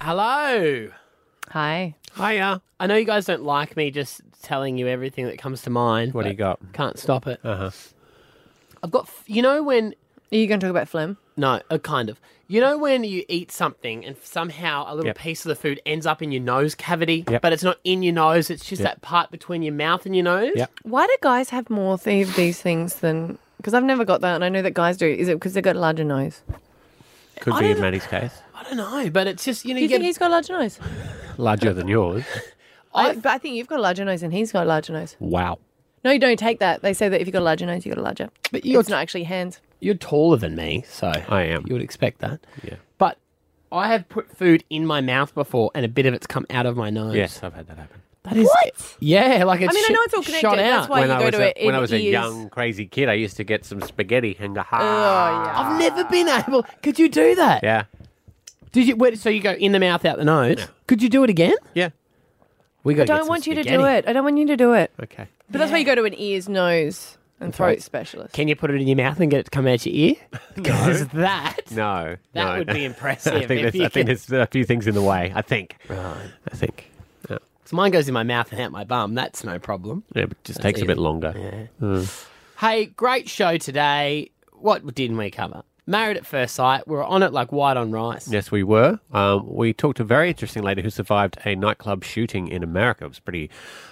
Hello. Hi. Hiya. I know you guys don't like me just telling you everything that comes to mind. What do you but Can't stop it. Uh huh. I've got, f- you know, when. Are you going to talk about phlegm? No, uh, kind of. You know when you eat something and somehow a little Yep. piece of the food ends up in your nose cavity, Yep. but it's not in your nose, it's just Yep. that part between your mouth and your nose? Why do guys have more of these things than? Because I've never got that, and I know that guys do. Is it because they've got a larger nose? Could be in Maddie's case. I don't know, but it's just, you know, Do you you get think he's got a larger nose? Larger than yours. I, but I think you've got a larger nose, and he's got a larger nose. Wow. No, you don't take that. They say that if you got a larger nose, you got a larger. But you're- it's not actually hands. You're taller than me, so I am. You would expect that. Yeah. But I have put food in my mouth before, and a bit of it's come out of my nose. Yes, I've had that happen. That is What? Yeah, like it's I mean, I shit know it's all shot connected, that's out. why When you I go was to a, it in when I was a ears. young crazy kid, I used to get some spaghetti and go, Oh, ha. yeah. I've never been able. Could you do Uh, that? Yeah. Did you? Wait, so you go in the mouth, out the nose. Could you do it again? Yeah. We I got. don't want you to do it. I don't want you to do it. Okay. But that's why you go to an ears, nose, and throat Right. specialist. Can you put it in your mouth and get it to come out your ear? Because that. No. That no. would be impressive I think, if there's, you I think could- there's a few things in the way. I think. Right. I think. Yeah. So mine goes in my mouth and out my bum. That's no problem. Yeah, but it just That's takes a bit easy. longer. Mm. Hey, great show today. What didn't we cover? Married at First Sight. We were on it like white on rice. Yes, we were. Um, we talked to a very interesting lady who survived a nightclub shooting in America. It was a pretty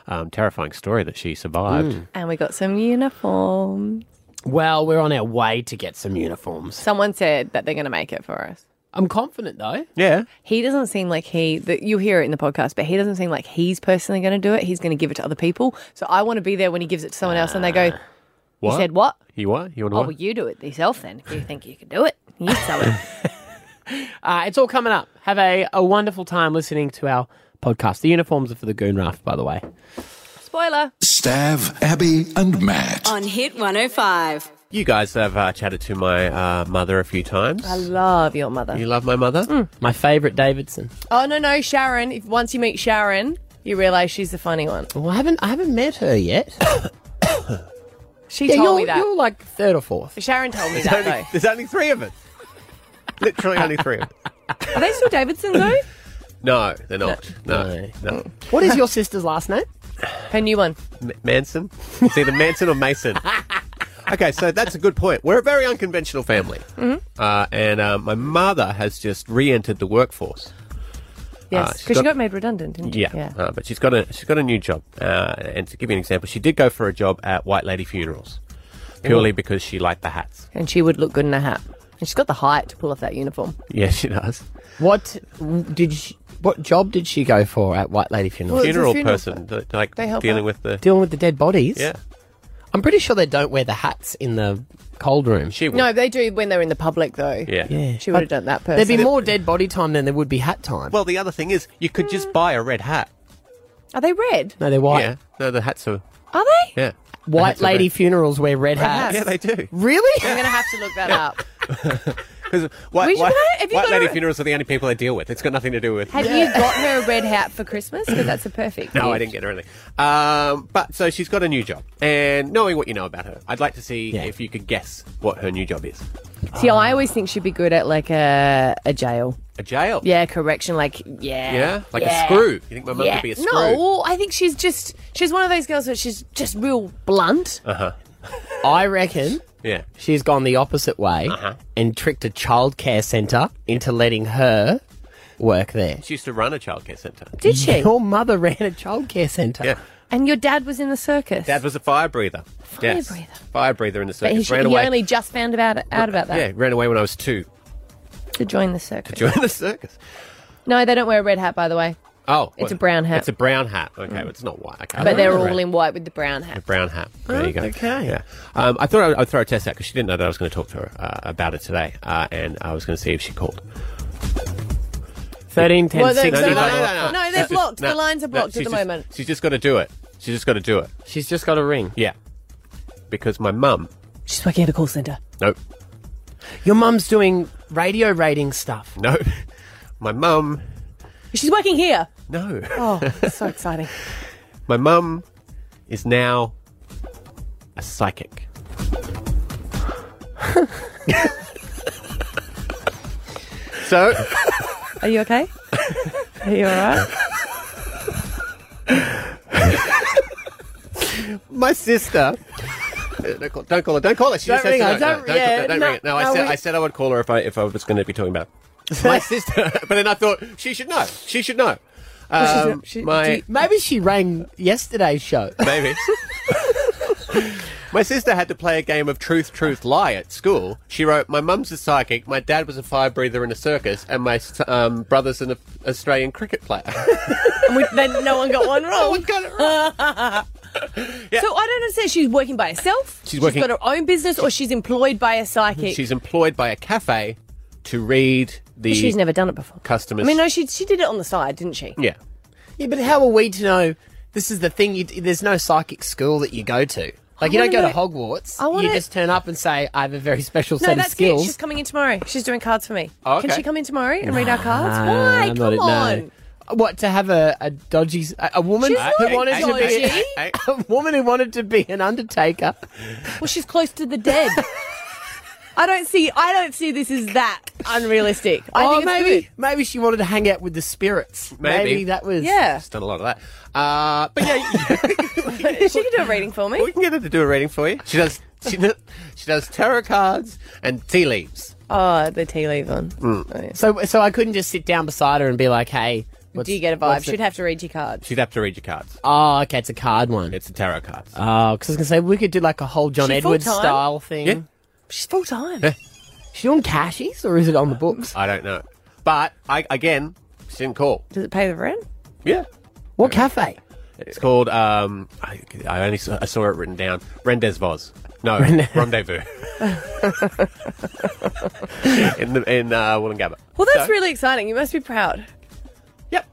um, terrifying story that she survived. And we got some uniforms. Well, we're on our way to get some uniforms. Someone said that they're going to make it for us. I'm confident though. Yeah. He doesn't seem like he, that you'll hear it in the podcast, but he doesn't seem like he's personally going to do it. He's going to give it to other people. So I want to be there when he gives it to someone else and they go, Ah. What? You said what? You what? You want Oh, to well, you do it yourself then. If you think you can do it, you sell it. Uh, it's all coming up. Have a, a wonderful time listening to our podcast. The uniforms are for the Goon Raft, by the way. Spoiler. Stav, Abby, and Matt. On Hit 105. You guys have uh, chatted to my uh, mother a few times. I love your mother. Mm. You love my mother? My favourite Davidson. Oh, no, no, Sharon. If Once you meet Sharon, you realize she's the funny one. Well, I haven't I haven't met her yet. She Yeah, told you're, me that. you're like third or fourth. Sharon told me There's that, only, though. there's only three of us. Literally only three of us. Are they still Davidson, though? No, they're not. No. no. What is your sister's last name? Her new one. M- Manson? It's either Manson or Mason. Okay, so that's a good point. We're a very unconventional family. Mm-hmm. Uh, and uh, my mother has just re entered the workforce. Yes, Uh, she's because she got- got made redundant, didn't she? Yeah, Uh, but she's got a she's got a new job. Uh, and to give you an example, she did go for a job at White Lady Funerals purely because she liked the hats. And she would look good in a hat. And she's got the height to pull off that uniform. Yes, she does. What did she, what job did she go for at White Lady Funeral? Well, it's a funeral, funeral person, th- like They help dealing out. with the Dealing with the dead bodies. yeah. I'm pretty sure they don't wear the hats in the cold room. She would. No, they do when they're in the public, though. yeah. Yeah. She would have done that person. There'd be more dead body time than there would be hat time. Well, the other thing is, you could Mm. just buy a red hat. Are they red? no, they're white. Yeah. No, the hats are. Are they? Yeah. The White hats are lady red. funerals wear red hats. Yeah, they do. Really? I'm going to have to look that up. 'Cause white, We should- white, have you white got lady a- funerals are the only people I deal with. It's got nothing to do with. Have you got her a red hat for Christmas? Because that's a perfect. No, gift. I didn't get her anything. Um, but so she's got a new job, and knowing what you know about her, I'd like to see Yeah. if you could guess what her new job is. See, I always think she'd be good at like a a jail. A jail. Yeah, correction. Like, yeah. Yeah. Like Yeah. a screw. You think my mum could be a screw? No, I think she's just she's one of those girls where she's just real blunt. Uh-huh. I reckon Yeah. Uh-huh. she's gone the opposite way and tricked a childcare centre into letting her work there. She used to run a childcare centre. Did she? Your mother ran a childcare centre. Yeah. And your dad was in the circus. Dad was a fire breather. Fire breather. Fire breather in the But he, circus. ran away. only just found about out about that Yeah, ran away when I was two. to join the circus. Join the circus. No, they don't wear a red hat, by the way. Oh, It's well, a brown hat. Mm. It's a brown hat. Okay, well, it's not white. Okay, But they're Brown. all in white with the brown hat. Oh, brown hat. There you go. okay. Yeah. Um, I thought I'd, I'd throw a test out because she didn't know that I was going to talk to her uh, about it today, uh, and I was going to see if she called. 13, 10, Well, they- 6, they- no, no, they- no. No, they're She's just- blocked. The lines are blocked at the she's just- moment. She's just got to do it. She's just got to do it. She's just got a ring. Yeah. Because my mum. She's working at a call centre. Nope. Your mum's doing radio rating stuff. No. My mum. She's working here. No. Oh, it's so exciting. My mum is now a psychic. so Are you okay? Are you all right? My sister. Don't call, don't call her. Don't call her. She Don't just has ring to her, know. don't- No, yeah, call- don't no, ring her. No, I no, said we- I said I would call her if I if I was going to be talking about my sister. But then I thought she should know. She should know. Well, she's- Um, she- my do you- maybe she rang yesterday's show. Maybe. my sister had to play a game of truth, truth, lie at school. She wrote, "My mum's a psychic. My dad was a fire breather in a circus, and my s- um, brother's an Australian cricket player." And we, then no one got one wrong. got it wrong. So I don't understand. She's working by herself. She's working- She's got her own business, or she's employed by a psychic. She's employed by a cafe to read the She's never done it before. I customers. mean, no, she she did it on the side, didn't she? yeah. Yeah, but how are we to know? This is the thing. You, there's no psychic school that you go to. Like you I don't go wanna to know- Hogwarts. I wanna- You just turn up and say, "I have a very special No, set of that's it. skills." She's coming in tomorrow. She's doing cards for me. Oh, Can okay. she come in tomorrow and read our cards? Ah, Why? I'm not- come no. on. What to have a, a dodgy s- a, a woman She's who not wanted to dodgy. be a, woman who wanted to be an undertaker? Well, she's close to the dead. I don't see. I don't see this as that unrealistic. Oh, I think it's maybe good. maybe she wanted to hang out with the spirits. Maybe. that was Yeah, She's done a lot of that. Uh, but yeah, she could do a reading for me. we can get her to do a reading for you. She does. She does, she does tarot cards and tea leaves. Oh, the tea leaf one. Oh, yeah. Mm. So so I couldn't just sit down beside her and be like, "Hey, what's- Do you get a vibe? what's She'd the- have to read your cards. She'd have to read your cards. Oh, okay, it's a card one. It's the tarot cards. Oh, because I was gonna say we could do like a whole John She Edwards full-time? style thing. Yeah. She's full time. She doing cashies or is it on the books? I don't know. But I again, she didn't call. Does it pay the rent? Yeah. What cafe? It's called. Um, I, I only saw, I saw it written down. Rendez Vos. No, rendezvous. in the, in uh, Wollongabba. Well, that's really exciting. You must be proud. Yep.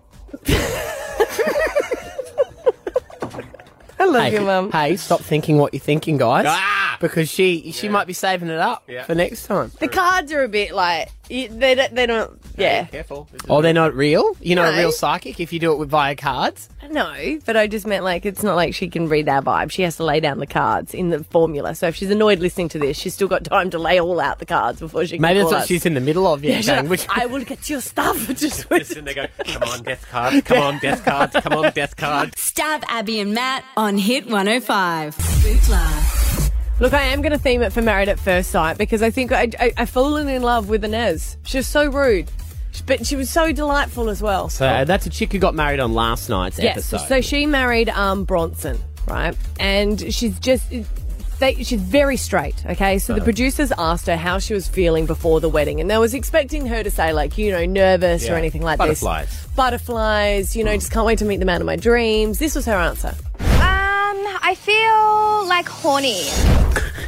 I love Hey, you, mum. hey, stop thinking what you're thinking, guys. Ah! Because she she might be saving it up Yeah. for next time. The cards are a bit like you, they don't, they don't. Yeah, Careful. This is- Or Oh, they're not real. You know, No. a real psychic if you do it with via cards. no, but I just meant like it's not like she can read our vibe. She has to lay down the cards in the formula. So if she's annoyed listening to this, she's still got time to lay all out the cards before she. Can Maybe that's call what us. she's in the middle of. Yeah, Shut going, up. which I will get your stuff. Just Just in there go, come on, death cards, come on, death cards, come on, death cards. Stab Abby and Matt on Hit 105. Bootla. Look, I am going to theme it for Married at First Sight because I think I, I, I've fallen in love with Inez. She was so rude, but she was so delightful as well. so that's a chick who got married on last night's Yes. episode. So she married um, Bronson, right? And she's just. They, she's very straight, okay? So the producers asked her how she was feeling before the wedding, and they was expecting her to say, like, you know, nervous or Yeah. anything like Butterflies. this. Butterflies. You know, just can't wait to meet the man of my dreams. This was her answer. Um, I feel like horny.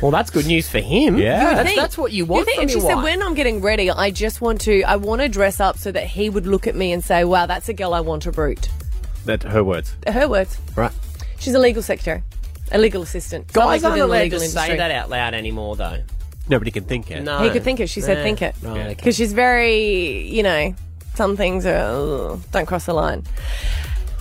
well, that's good news for him. Yeah. that's, think- that's what you You want think- from and she your said, wife. when I'm getting ready, I just want to, I want to dress up so that he would look at me and say, wow, that's a girl I want to root. That's her words. Her words. Right. She's a legal secretary, a legal assistant. Not like Guys aren't within the allowed legal to say industry. that out loud anymore, though. Nobody can think it. No, He could think it. She said, Nah. think it. Right, okay. Because she's very, you know, some things are, "Ugh, don't cross the line.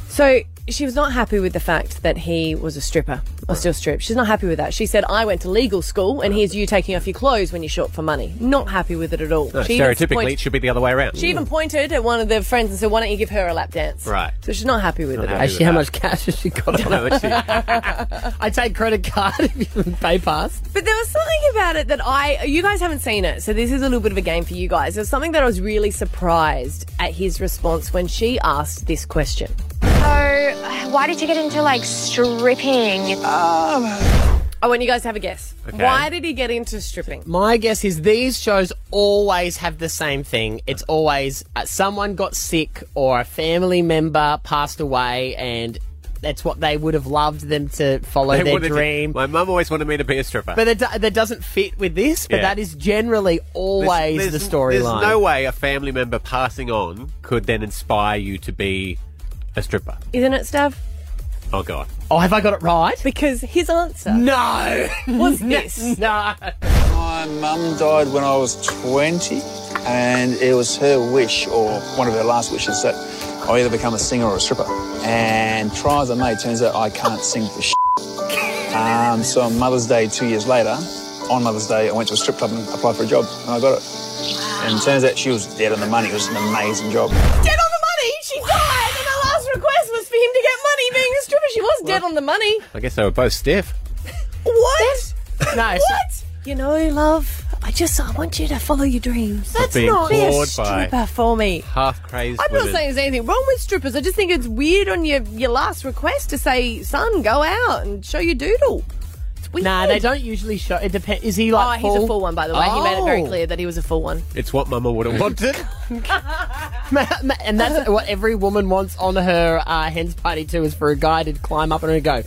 So she was not happy with the fact that he was a stripper, or still strip. She's not happy with that. She said, I went to legal school and here's you taking off your clothes when you're short for money. Not happy with it at all. No, She even stereotypically, pointed- it should be the other way around. she even pointed at one of their friends and said, why don't you give her a lap dance? Right. So she's not happy with it at all. Has she, how much cash has she got on her? No, it's- I take credit card if you pay pass. But there was something about it that I, you guys haven't seen it, so this is a little bit of a game for you guys. There's something that I was really surprised at his response when she asked this question. So, why did you get into like stripping? Um. I want you guys to have a guess. Why did he get into stripping? My guess is these shows always have the same thing. It's always uh, someone got sick or a family member passed away, and that's what they would have loved them to follow They their wanted to- dream. my mum always wanted me to be a stripper. but it, do- that doesn't fit with this. But Yeah. that is generally always There's- the storyline. There's no way a family member passing on could then inspire you to be a stripper. Isn't it, Stav? Oh God. oh, have I got it right? Because his answer No, was this. no. My mum died when I was 20, and it was her wish, or one of her last wishes, that I either become a singer or a stripper. And try as I may, turns out I can't sing for shit. Um, so on Mother's Day, two years later, on Mother's Day, I went to a strip club and applied for a job, and I got it. And turns out she was dead on the money. It was an amazing job. Dead on the money! She died! That's dead on the money. I guess they were both stiff. What? No, what? You know, love, I just I want you to follow your dreams. That's being not be a clawed by- stripper for me. Half crazed. I'm not saying there's anything wrong with strippers. I just think it's weird on your, your last request to say, son, go out and show your doodle. It's weird. Nah, they don't usually show. It depends. Is he Oh, like? he's a full one, by the way. He made it very Oh. clear that he was a full one. It's what Mama would have wanted. and that's what every woman wants on her uh, hen's party too, is for a guy to climb up on her and go.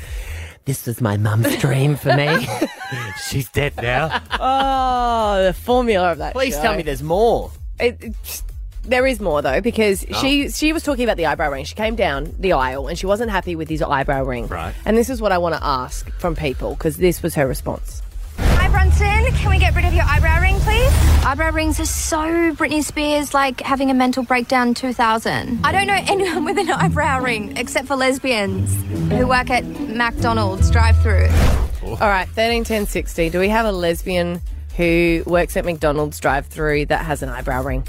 This was my mum's dream for me. She's dead now. Oh, the formula of that. Please show. tell me there's more. Oh. It, it's- there is more though because she she was talking about the eyebrow ring. She came down the aisle and she wasn't happy with his eyebrow ring. Right. And this is what I want to ask from people because this was her response. Hi, Brunson. Can we get rid of your eyebrow ring, please? Eyebrow rings are so Britney Spears like having a mental breakdown 2000. I don't know anyone with an eyebrow ring except for lesbians who work at McDonald's drive through. Oh. All right, thirteen ten sixty. Do we have a lesbian who works at McDonald's drive-through that has an eyebrow ring?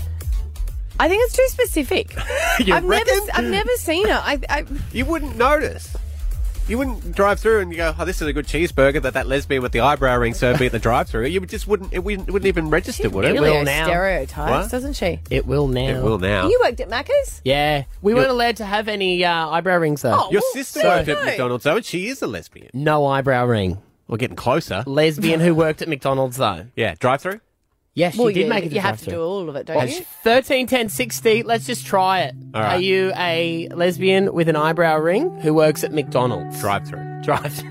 I think it's too specific. I've reckon? never I've never seen her. I, I You wouldn't notice. You wouldn't drive through and you go, "Oh, this is a good cheeseburger that that lesbian with the eyebrow ring served me at the drive-through." You would- just wouldn't. It wouldn't, it wouldn't even register, would it? really will are now. stereotypes, What? doesn't she? It will now. It will now. You worked at Macca's? Yeah, we weren't allowed to have any uh, eyebrow rings though. Oh. Your Well, sister there worked you at go. McDonald's, though, and she is a lesbian. No eyebrow ring. We're getting closer. Lesbian who worked at McDonald's though. Yeah, drive-through. Yes, Well, she did yeah, make it. to you have to drive-thru. do all of it, don't you? 13, 10, 60. Let's just try it. All right. Are you a lesbian with an eyebrow ring who works at McDonald's? Drive-through. Drive through.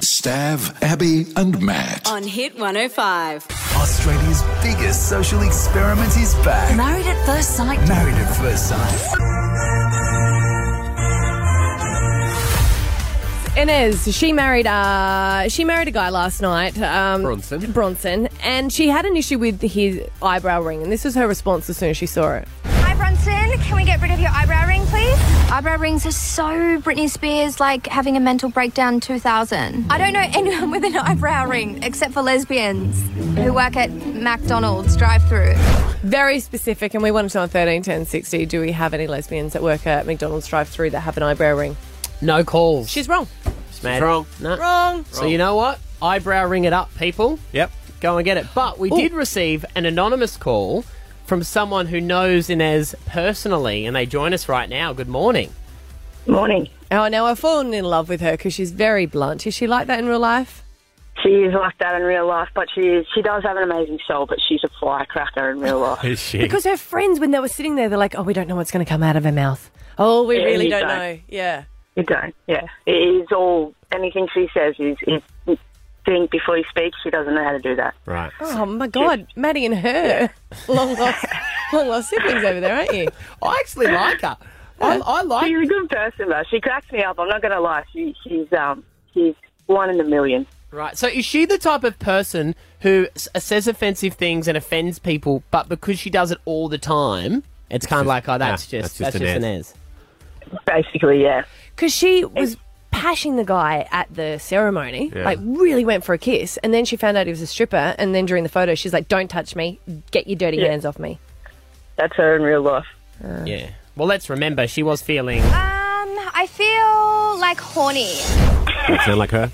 Stav, Abby, and Matt. On Hit 105. Australia's biggest social experiment is back. Married at First Sight. Married at First Sight. Inez, she married uh she married a guy last night, um Bronson. Bronson, and she had an issue with his eyebrow ring, and this was her response as soon as she saw it. Hi, Brunson. Can we get rid of your eyebrow ring, please? Eyebrow rings are so Britney Spears like having a mental breakdown 2000. I don't know anyone with an eyebrow ring except for lesbians who work at McDonald's drive through. Very specific, and we wanted to know on thirteen ten sixty, do we have any lesbians that work at McDonald's drive through that have an eyebrow ring? No calls. She's wrong. mad. wrong. No. Wrong. So you know what? Eyebrow ring it up, people. Yep. Go and get it. But we did receive an anonymous call from someone who knows Inez personally, and they join us right now. Good morning. Morning. Oh now I've fallen in love with her because she's very blunt. Is she like that in real life? She is like that in real life, but she is, she does have an amazing soul, but she's a firecracker in real life. Is she? Because her friends when they were sitting there, they're like, Oh, we don't know what's gonna come out of her mouth. Oh, we Yeah, really you don't, don't. know. Yeah. you don't, yeah. It is all anything she says is, is think before you speak. She doesn't know how to do that. right. Oh my God, Maddie and her long lost, long lost siblings over there, aren't you? I actually like her. I, I like She's a good person though. She cracks me up. I'm not going to lie. She, she's um she's one in a million. Right. So is she the type of person who s- uh, says offensive things and offends people, but because she does it all the time, it's kind of like, oh, that's nah, just that's that's just just Inez. Inez. Basically, yeah. Because she was pashing the guy at the ceremony, Yeah. like really went for a kiss, and then she found out he was a stripper, and then during the photo, she's like, "Don't touch me. Get your dirty hands off me." That's her in real life. Yeah. Well, let's remember she was feeling. Um, I feel like horny. Sound like her?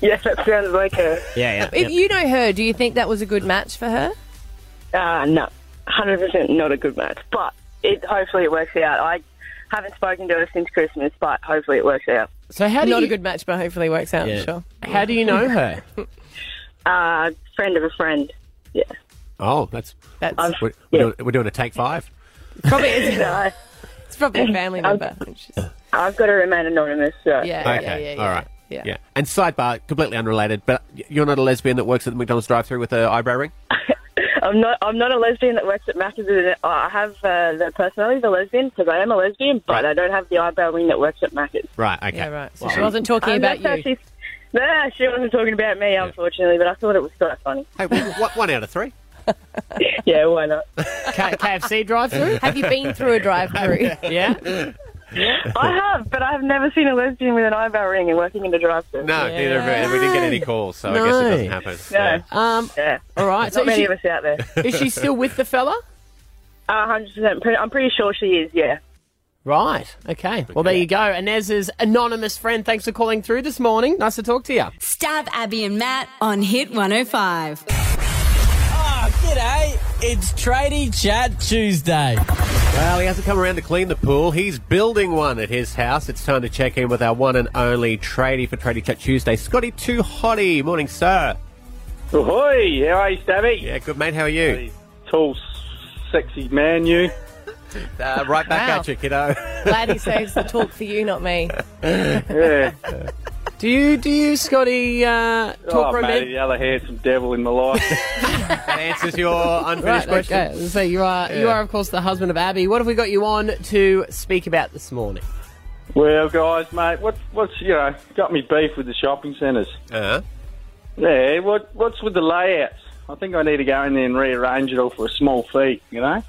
Yeah, that sounds like her. Yeah, yeah. If you know her, do you think that was a good match for her? Uh, no, hundred percent not a good match. But Uh, it hopefully it works out. I haven't spoken to her since Christmas, but hopefully it works out. So how do Not you, a good match, but hopefully works out. Yeah. Sure. How do you know her? Uh, friend of a friend. Yeah. Oh, that's. That's We're, Yeah. we're, doing, we're doing a take five. probably it's, No, it's probably a family member. I've got to remain anonymous. So. Yeah, yeah, yeah, yeah, All right. yeah. yeah. And sidebar, completely unrelated, but you're not a lesbian that works at the McDonald's drive-through with her eyebrow ring. I'm not. I'm not a lesbian that works at Macca's. and I have uh, the personality of a lesbian because I am a lesbian, but I don't have the eyebrow ring that works at Macca's. Right. Okay. Yeah, right. So she wasn't talking Um, about that's how you. she's- Nah, she wasn't talking about me, unfortunately, but I thought it was quite funny. Hey, w- w- one out of three. yeah, why not? K- KFC drive-through? Have you been through a drive-through? Yeah. I have, but I've never seen a lesbian with an eyebrow ring and working in a drive-thru. No, neither of it. We didn't get any calls, so I guess it doesn't happen. No. Yeah. Um. Yeah. All right. So Not is many she, of us out there. is she still with the fella? A hundred percent. Pre- I'm pretty sure she is. Yeah. Right. Okay. Well, there you go. Inez's anonymous friend, thanks for calling through this morning. Nice to talk to you. Stab Abby and Matt on Hit 105. G'day, eh? it's Tradie Chat Tuesday. Well, he hasn't come around to clean the pool. He's building one at his house. It's time to check in with our one and only tradie for Tradie Chat Tuesday, Scotty Too Hottie. Morning, sir. Ahoy, how are you, Stabby? Yeah, good mate. How are you? Tall, sexy man, you. Uh, right back Wow. at you, kiddo. Glad he saves the talk for you, not me. Yeah. Do you, do you, Scotty, uh, oh, talk mate, romantic? the other handsome devil in my life. That answers your unfinished Right, question. okay. So you are, you are, of course, the husband of Abby. What have we got you on to speak about this morning? well, guys, mate, what, what's, you know, got me beef with the shopping centres. Uh-huh. Yeah, what, what's with the layouts? I think I need to go in there and rearrange it all for a small fee, you know?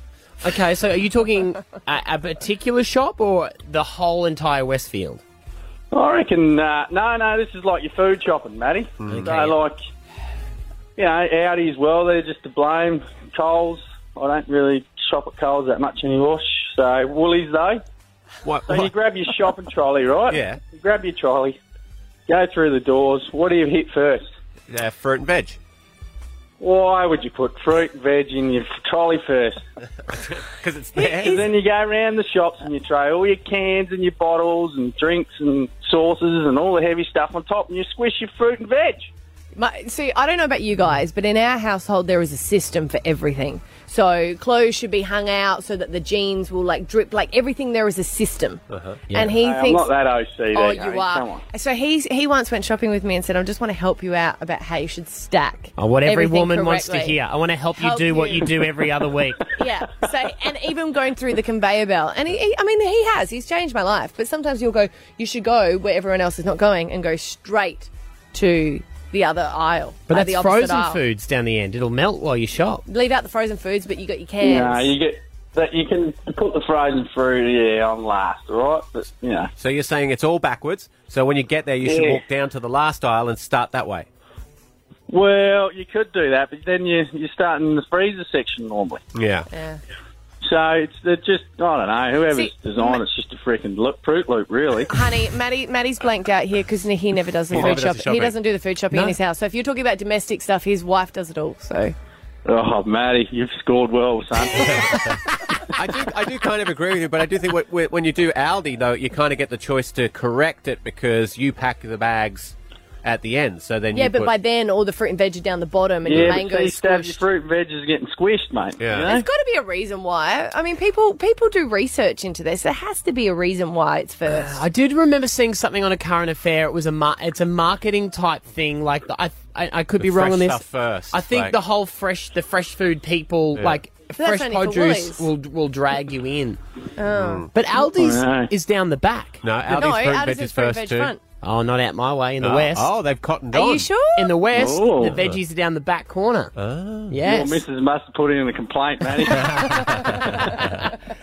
Okay. So are you talking a, a particular shop or the whole entire Westfield? I reckon, uh, no, no, this is like your food shopping, Matty. Okay. So, like, you know, Audi as well, they're just to blame. Coles, I don't really shop at Coles that much anymore. sh- So, Woolies, though. What, So, you what- grab your shopping trolley, right? Yeah. You grab your trolley, go through the doors. What do you hit first? uh, fruit and veg. Why would you put fruit and veg in your trolley first? Because it's there. And then you go around the shops and you tray all your cans and your bottles and drinks and sauces and all the heavy stuff on top and you squish your fruit and veg. My, see, I don't know about you guys, but in our household there is a system for everything. So clothes should be hung out so that the jeans will like drip. Like everything, there is a system. And he Uh-huh. Hey, I'm thinks, not that OCD. oh, mate, you Come on. are. So he he once went shopping with me and said, I just want to help you out about how you should stack. Oh, what every everything woman wants to correctly." hear. Oh. I want to help you Help do what you. you do every other week. Yeah. So, and even going through the conveyor belt. And he, he, I mean, he has. He's changed my life. But sometimes you'll go, you should go where everyone else is not going and go straight to the other aisle. But like that's the opposite frozen aisle. foods down the end. It'll melt while you shop. Leave out the frozen foods, but you got your cans. No, you get that. You can put the frozen fruit. Yeah, on last, all right? But you know, So you're saying it's all backwards. So when you get there, you should Yeah. walk down to the last aisle and start that way. well, you could do that, but then you you start in the freezer section normally. Yeah. yeah. So it's they're just I don't know whoever's See, designed it's just a freaking loop, fruit loop, really. Honey, Maddie, Maddie's blanked out here because he never does the He food never does shop. the He shopping. doesn't do the food shopping No. in his house. So if you're talking about domestic stuff, his wife does it all. So oh, Matty, you've scored well, son. I do, I do kind of agree with you, but I do think wh- wh- when you do Aldi, though, you kind of get the choice to correct it because you pack the bags at the end. So then yeah, you but put- by then all the fruit and veg are down the bottom and your yeah, but see, mangoes. stab your squished. fruit and veg is getting squished, mate. Yeah. You There's know? got to be a reason why. I mean, people people do research into this. There has to be a reason why it's first. I did remember seeing something on a current affair. It was a mar- it's a marketing type thing. Like the, I, I I could be wrong fresh on this. stuff first, I think like- the whole fresh the fresh food people like that's fresh only for produce Woolies. Oh. Mm. will will drag you in. But Aldi's Alright. is down the back. no, Aldi's no, fruit how and does veg his is fruit and first veg too. front? Oh, not out my way in the Oh, west. Oh, they've cottoned Are on. you sure? In the west, Oh. the veggies are down the back corner. Oh. Well, yes, Mrs. must have put in a complaint, Matty.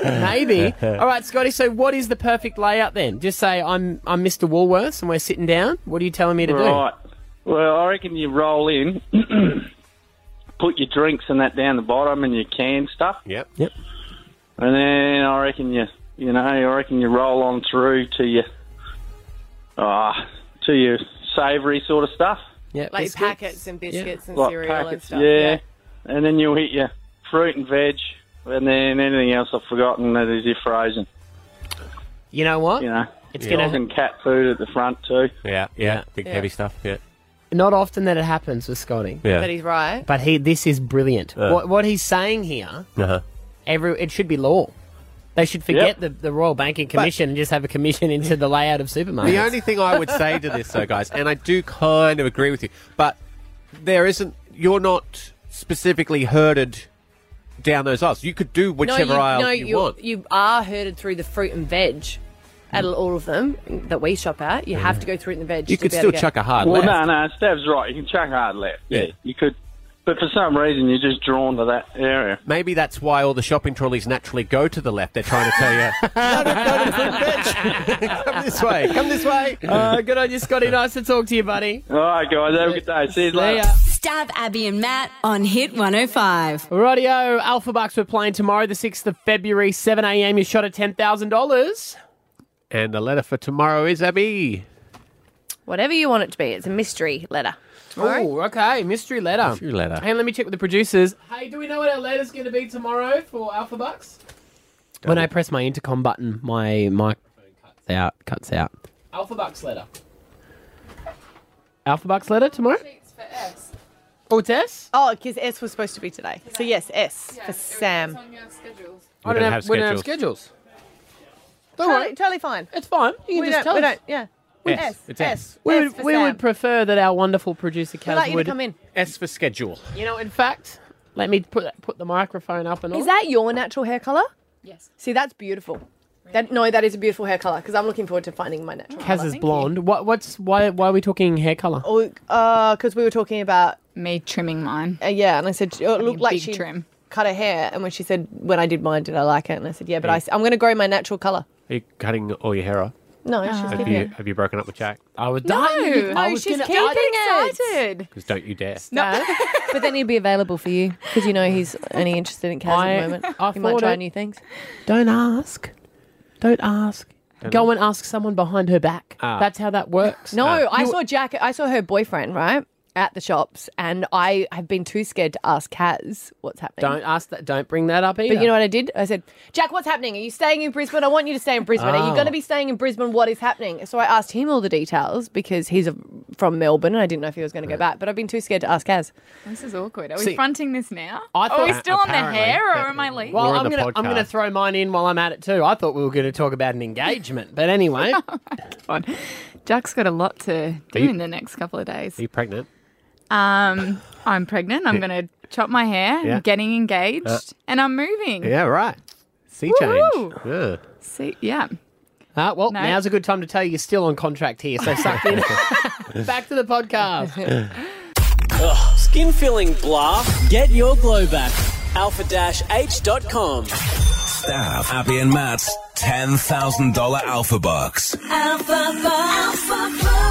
maybe. All right, Scotty. So, what is the perfect layout then? Just say I'm I'm Mr. Woolworths and we're sitting down. What are you telling me to do? Right. Well, I reckon you roll in, put your drinks and that down the bottom and your canned stuff, Yep. Yep. and then I reckon you, you know, I reckon you roll on through to your, ah, to your savoury sort of stuff, Yeah, like biscuits. packets and biscuits and like cereal and packets, stuff. yeah. And then you'll hit your fruit and veg, and then anything else I've forgotten that is your frozen. You know what? You know, It's dog gonna and cat food at the front too. Yeah, yeah, big heavy stuff. Yeah, not often that it happens with Scotty, yeah. uh, But he's right. but he this is brilliant. What, what he's saying here, uh-huh. every it should be law. They should forget Yep. the, the Royal Banking Commission and just have a commission into the layout of supermarkets. The only thing I would say to this, though, guys, and I do kind of agree with you, but there isn't. You're not specifically herded down those aisles. You could do No, whichever you, aisle no, you you, want. Mm. you are herded through the fruit and veg. At all of them that we shop at, you have to go through it and veg. you to could be still able to get- chuck a hard Well, left. no, no, Stav's right. You can chuck hard left. Yeah. Yeah. you could, but for some reason you're just drawn to that area. Maybe that's why all the shopping trolleys naturally go to the left. They're trying to tell you, no, no, no, no, fruit and veg. come this way, come this way. Uh, good on you, Scotty. Nice to talk to you, buddy. All right, guys, have a good day. See you See later. ya. Stab Abby and Matt on Hit 105. Radio Alpha Bucks we're playing tomorrow, the 6th of February, 7 a.m. Your shot at $10,000. And the letter for tomorrow is Abby. Whatever you want it to be. It's a mystery letter. Oh, okay. Mystery letter. Mystery letter. And let me check with the producers. Hey, do we know what our letter's going to be tomorrow for Alpha Bucks? When I press my intercom button, my microphone cuts out. Cuts out. Alpha Bucks letter. Alpha Bucks letter tomorrow? Oh, it's S? Oh, because S was supposed to be today. So, yes, S for Sam. I don't, have, we don't have schedules. Don't Totally, worry. totally fine. It's fine. You can we don't, just tell we us. don't, yeah. We- S. S. It's S. S. We, S would, for we Sam. would prefer that our wonderful producer, We'd Kaz, like you would. to come in. S for schedule. You know, in fact, let me put put the microphone up and all. Is that your natural hair color? Yes. See, that's beautiful. That no, that is a beautiful hair color because I'm looking forward to finding my natural. Kaz is blonde. What, what's why? Why are we talking hair color? Oh, because we were talking about me trimming mine. yeah, and I said oh, it looked like big she trim. cut her hair, and when she said when I did mine, did I like it? And I said yeah, but I, am going to grow my natural color. Are you cutting all your hair off? No, she's have keeping you, it. Have you broken up with Jack? I would no, she's keeping it. Excited. Because don't you dare. No, but then he'd be available for you because you know he's only interested in Kaz I- at the moment. I he might thought try it- new things. Don't ask. Don't ask. Don't Go and ask someone behind her back. Ah. That's how that works. No, I saw Jack. I saw her boyfriend right at the shops, and I have been too scared to ask Kaz what's happening. Don't ask that. Don't bring that up either. But you know what I did? I said, Jack, what's happening? Are you staying in Brisbane? I want you to stay in Brisbane. Are Oh. you going to be staying in Brisbane? What is happening? So I asked him all the details because he's a, from Melbourne and I didn't know if he was going to go back. But I've been too scared to ask Kaz. This is awkward. Are we See- fronting this now? I Are we thought- still on the apparently, hair but- or am I leaving? Well, I'm gonna I'm gonna throw mine in while I'm at it too. I thought we were gonna talk about an engagement, but anyway. Jack's got a lot to do you- in the next couple of days. Are you pregnant? Um, I'm pregnant. I'm going to chop my hair. Yeah. I'm getting engaged Uh, and I'm moving. Yeah, right. Sea change. Woo! Yeah. Mm-hmm. See, yeah. Ah, well, No. now's a good time to tell you you're still on contract here. So suck in. Back to the podcast. Ugh, skin filling blah. Get your glow back. Alpha-H.com. Stav, Abby and Matt's $10,000 Alpha Bucks.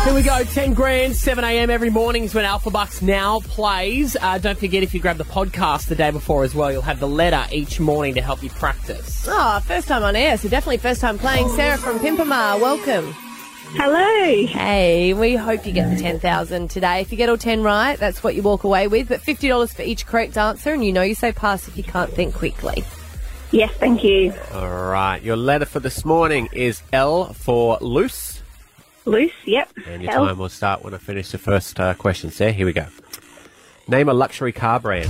Here we go, 10 grand, 7 a.m. every morning is when Alpha Bucks now plays. Uh, don't forget if you grab the podcast the day before as well, you'll have the letter each morning to help you practice. Oh, first time on air, so definitely first time playing. Sarah from Pimpamar, welcome. Hello. Hey, we hope you get the 10,000 today. If you get all 10 right, that's what you walk away with, but $50 for each correct answer, and you know you say pass if you can't think quickly. Yes, thank you. All right. Your letter for this morning is L for loose. Loose, yep. And your L. time will start when I finish the first uh, question, Sarah. Here we go. Name a luxury car brand.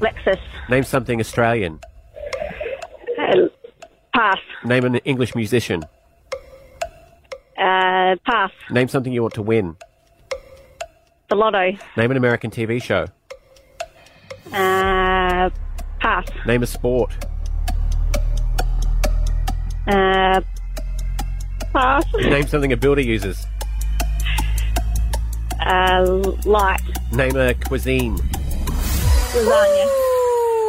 Lexus. Name something Australian. Uh, pass. Name an English musician. Uh, pass. Name something you want to win. The lotto. Name an American TV show. Uh, pass. Name a sport. Uh, pass. Name something a builder uses. Uh, light. Name a cuisine. Lasagna.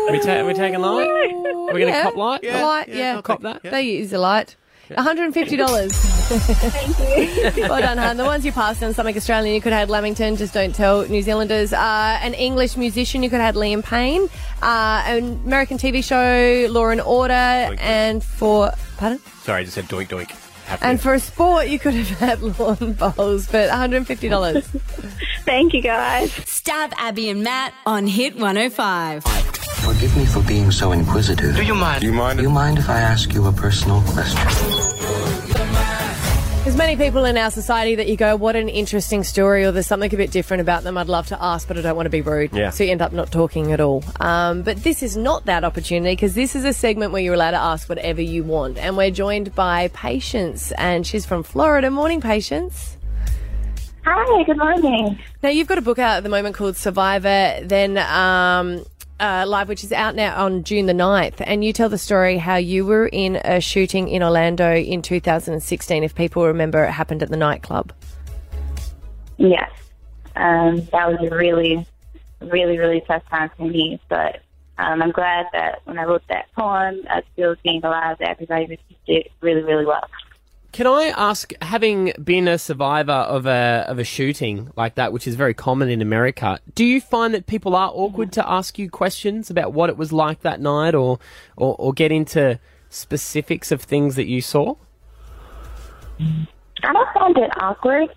Are we, ta- are we taking light? Are we going to cop light? light, yeah. Cop that? They use the light. $150. Thank you. well done, hon. The ones you passed on, something Australian, you could have had Lamington, just don't tell New Zealanders. Uh, an English musician, you could have had Liam Payne. Uh, an American TV show, Law and Order. And for, pardon? Sorry, I just said doink doink. And for a sport, you could have had lawn bowls, but $150. Thank you, guys. Stab Abby and Matt on Hit 105. Forgive me for being so inquisitive. Do you mind? Do you mind? Do you mind if I ask you a personal question? There's many people in our society that you go, what an interesting story, or there's something a bit different about them I'd love to ask, but I don't want to be rude. Yeah. So you end up not talking at all. Um, but this is not that opportunity because this is a segment where you're allowed to ask whatever you want. And we're joined by Patience, and she's from Florida. Morning, Patience. Hi, good morning. Now, you've got a book out at the moment called Survivor, then um, uh, Live, which is out now on June the 9th. And you tell the story how you were in a shooting in Orlando in 2016, if people remember it happened at the nightclub. Yes. Um, that was a really, really, really tough time for me. But um, I'm glad that when I wrote that poem, I still gained a lot of everybody received it really, really well. Can I ask, having been a survivor of a of a shooting like that, which is very common in America, do you find that people are awkward to ask you questions about what it was like that night, or or, or get into specifics of things that you saw? I don't find it awkward.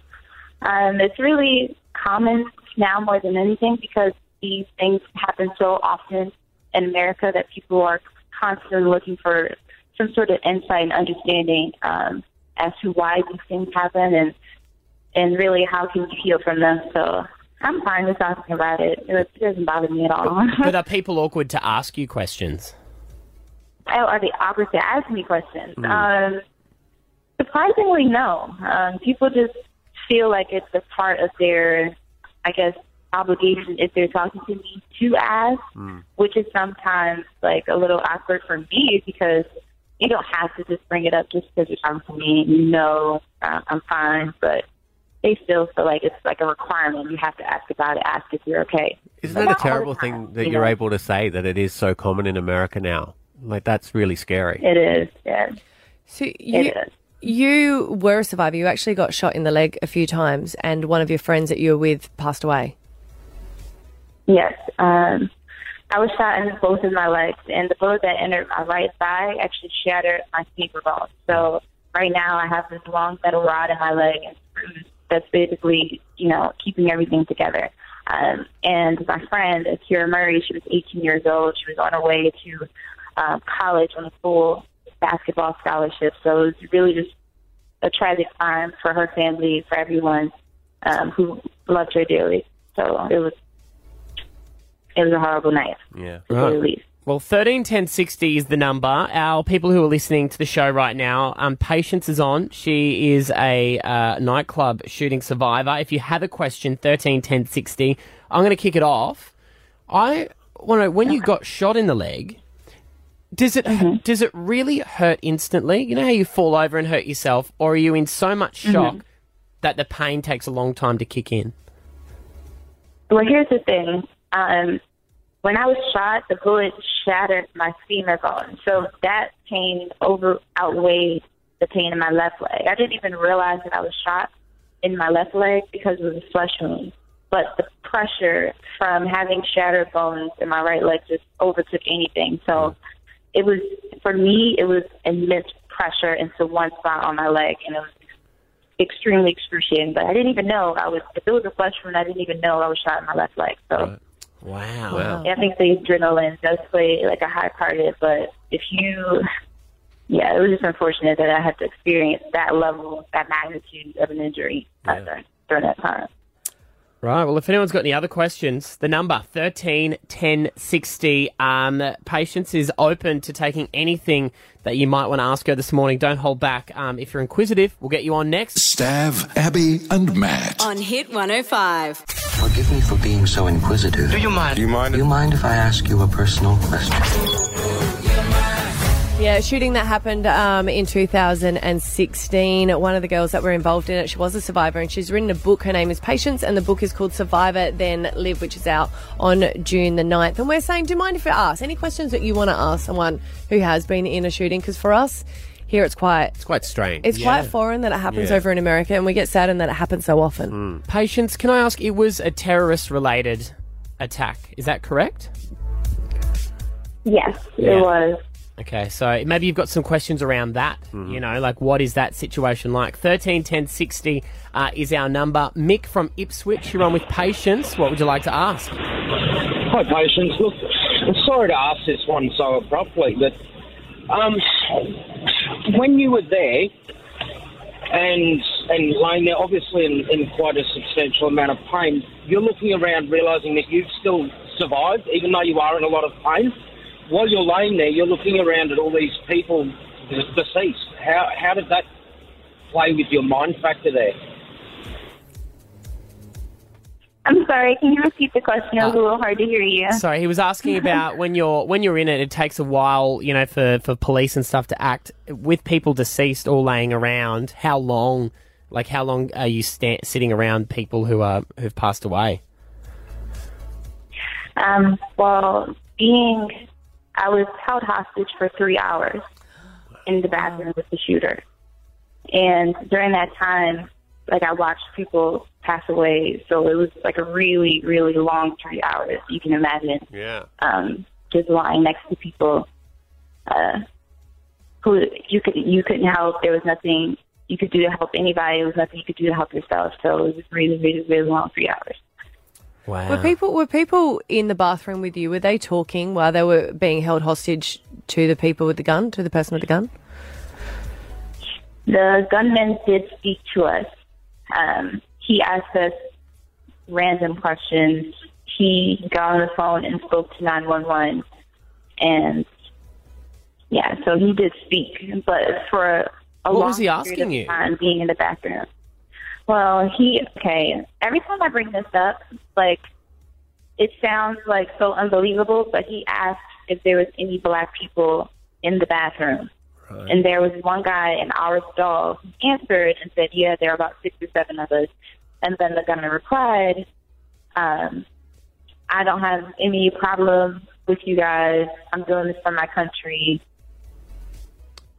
Um, it's really common now more than anything because these things happen so often in America that people are constantly looking for some sort of insight and understanding um, as to why these things happen and and really how can you heal from them. So I'm fine with talking about it. It doesn't bother me at all. but are people awkward to ask you questions? Oh, are they awkward to ask me questions? Mm. Um, surprisingly, no. Um, people just feel like it's a part of their, I guess, obligation if they're talking to me to ask, which is sometimes like a little awkward for me because you don't have to just bring it up just because you're talking to me. You know, uh, I'm fine, but they still feel like it's like a requirement. You have to ask about it. Ask if you're okay. Isn't that a terrible thing that you you're know. able to say that it is so common in America now? Like that's really scary. It is. Yeah. So you, you were a survivor. You actually got shot in the leg a few times, and one of your friends that you were with passed away. Yes. Um, I was shot in both of my legs, and the bullet that entered my right thigh actually shattered my femur bone. So right now, I have this long metal rod in my leg and screws that's basically, you know, keeping everything together. Um, and my friend, Akira Murray, she was 18 years old. She was on her way to um, college on a full basketball scholarship. So it was really just a tragic time for her family, for everyone um, who loved her dearly. So it was it was a horrible night. Yeah. Right. Well, thirteen ten sixty is the number. Our people who are listening to the show right now, um, Patience is on. She is a uh, nightclub shooting survivor. If you have a question, thirteen ten sixty. I'm going to kick it off. I want to. When you got shot in the leg, does it does it really hurt instantly? You know how you fall over and hurt yourself, or are you in so much shock Mhm. that the pain takes a long time to kick in? Well, here's the thing. Um, when I was shot, the bullet shattered my femur bone, so that pain over outweighed the pain in my left leg. I didn't even realize that I was shot in my left leg because it was a flesh wound. But the pressure from having shattered bones in my right leg just overtook anything. So it was for me, it was immense pressure into one spot on my leg, and it was extremely excruciating. But I didn't even know I was. If it was a flesh wound, I didn't even know I was shot in my left leg. So Wow. I think the adrenaline does play like a high part in it. But if you, yeah, it was just unfortunate that I had to experience that level, that magnitude of an injury uh, during- during that time. Right. Well, if anyone's got any other questions, the number 13 10 60. Um, Patience is open to taking anything that you might want to ask her this morning. Don't hold back. Um, if you're inquisitive, we'll get you on next. Stav, Abby, and Matt. On Hit 105. Forgive me for being so inquisitive. Do you mind? Do you mind? you mind if I ask you a personal question? Yeah, shooting that happened um, in 2016. One of the girls that were involved in it, she was a survivor, and she's written a book. Her name is Patience, and the book is called Survivor Then Live, which is out on June the 9th. And we're saying, do you mind if we ask any questions that you want to ask someone who has been in a shooting? Because for us here, it's quite It's quite strange. it's quite foreign that it happens Yeah. Hmm. over in America, and we get saddened that it happens so often. Patience, can I ask? It was a terrorist related attack. Is that correct? Yes, Yeah. it was. Okay. So maybe you've got some questions around that. You know, like what is that situation like? 13 10 60 uh, is our number. Mick from Ipswich, you're on with Patience. What would you like to ask? Hi, patience. Look, I'm sorry to ask this one so abruptly, but um, when you were there and and laying there, obviously in, in quite a substantial amount of pain, you're looking around, realizing that you've still survived, even though you are in a lot of pain. While you're laying there, you're looking around at all these people de- deceased. How how did that play with your mind factor there? I'm sorry. Can you repeat the question? It was a little hard to hear you. Sorry, he was asking about when you're when you're in it. It takes a while, you know, for for police and stuff to act with people deceased all laying around. How long, like how long are you sta- sitting around people who are who've passed away? Um, well, being, I was held hostage for three hours in the bathroom with the shooter. And during that time, like I watched people pass away. So it was like a really, really long three hours. You can imagine Yeah. um, just lying next to people uh, who you could you couldn't help. There was nothing you could do to help anybody. There was nothing you could do to help yourself. So it was really, really, really long three hours. Wow. Were people were people in the bathroom with you? Were they talking while they were being held hostage to the people with the gun, to the person with the gun? The gunman did speak to us. Um, he asked us random questions. He got on the phone and spoke to 911. And yeah, so he did speak, but for a What long was he asking period of you? time being in the bathroom. Well, he, okay, every time I bring this up, like, it sounds like so unbelievable, but he asked if there was any black people in the bathroom. And there was one guy in our stall who answered and said, Yeah, there are about six or seven of us. And then the gunman replied, um, I don't have any problem with you guys. I'm doing this for my country.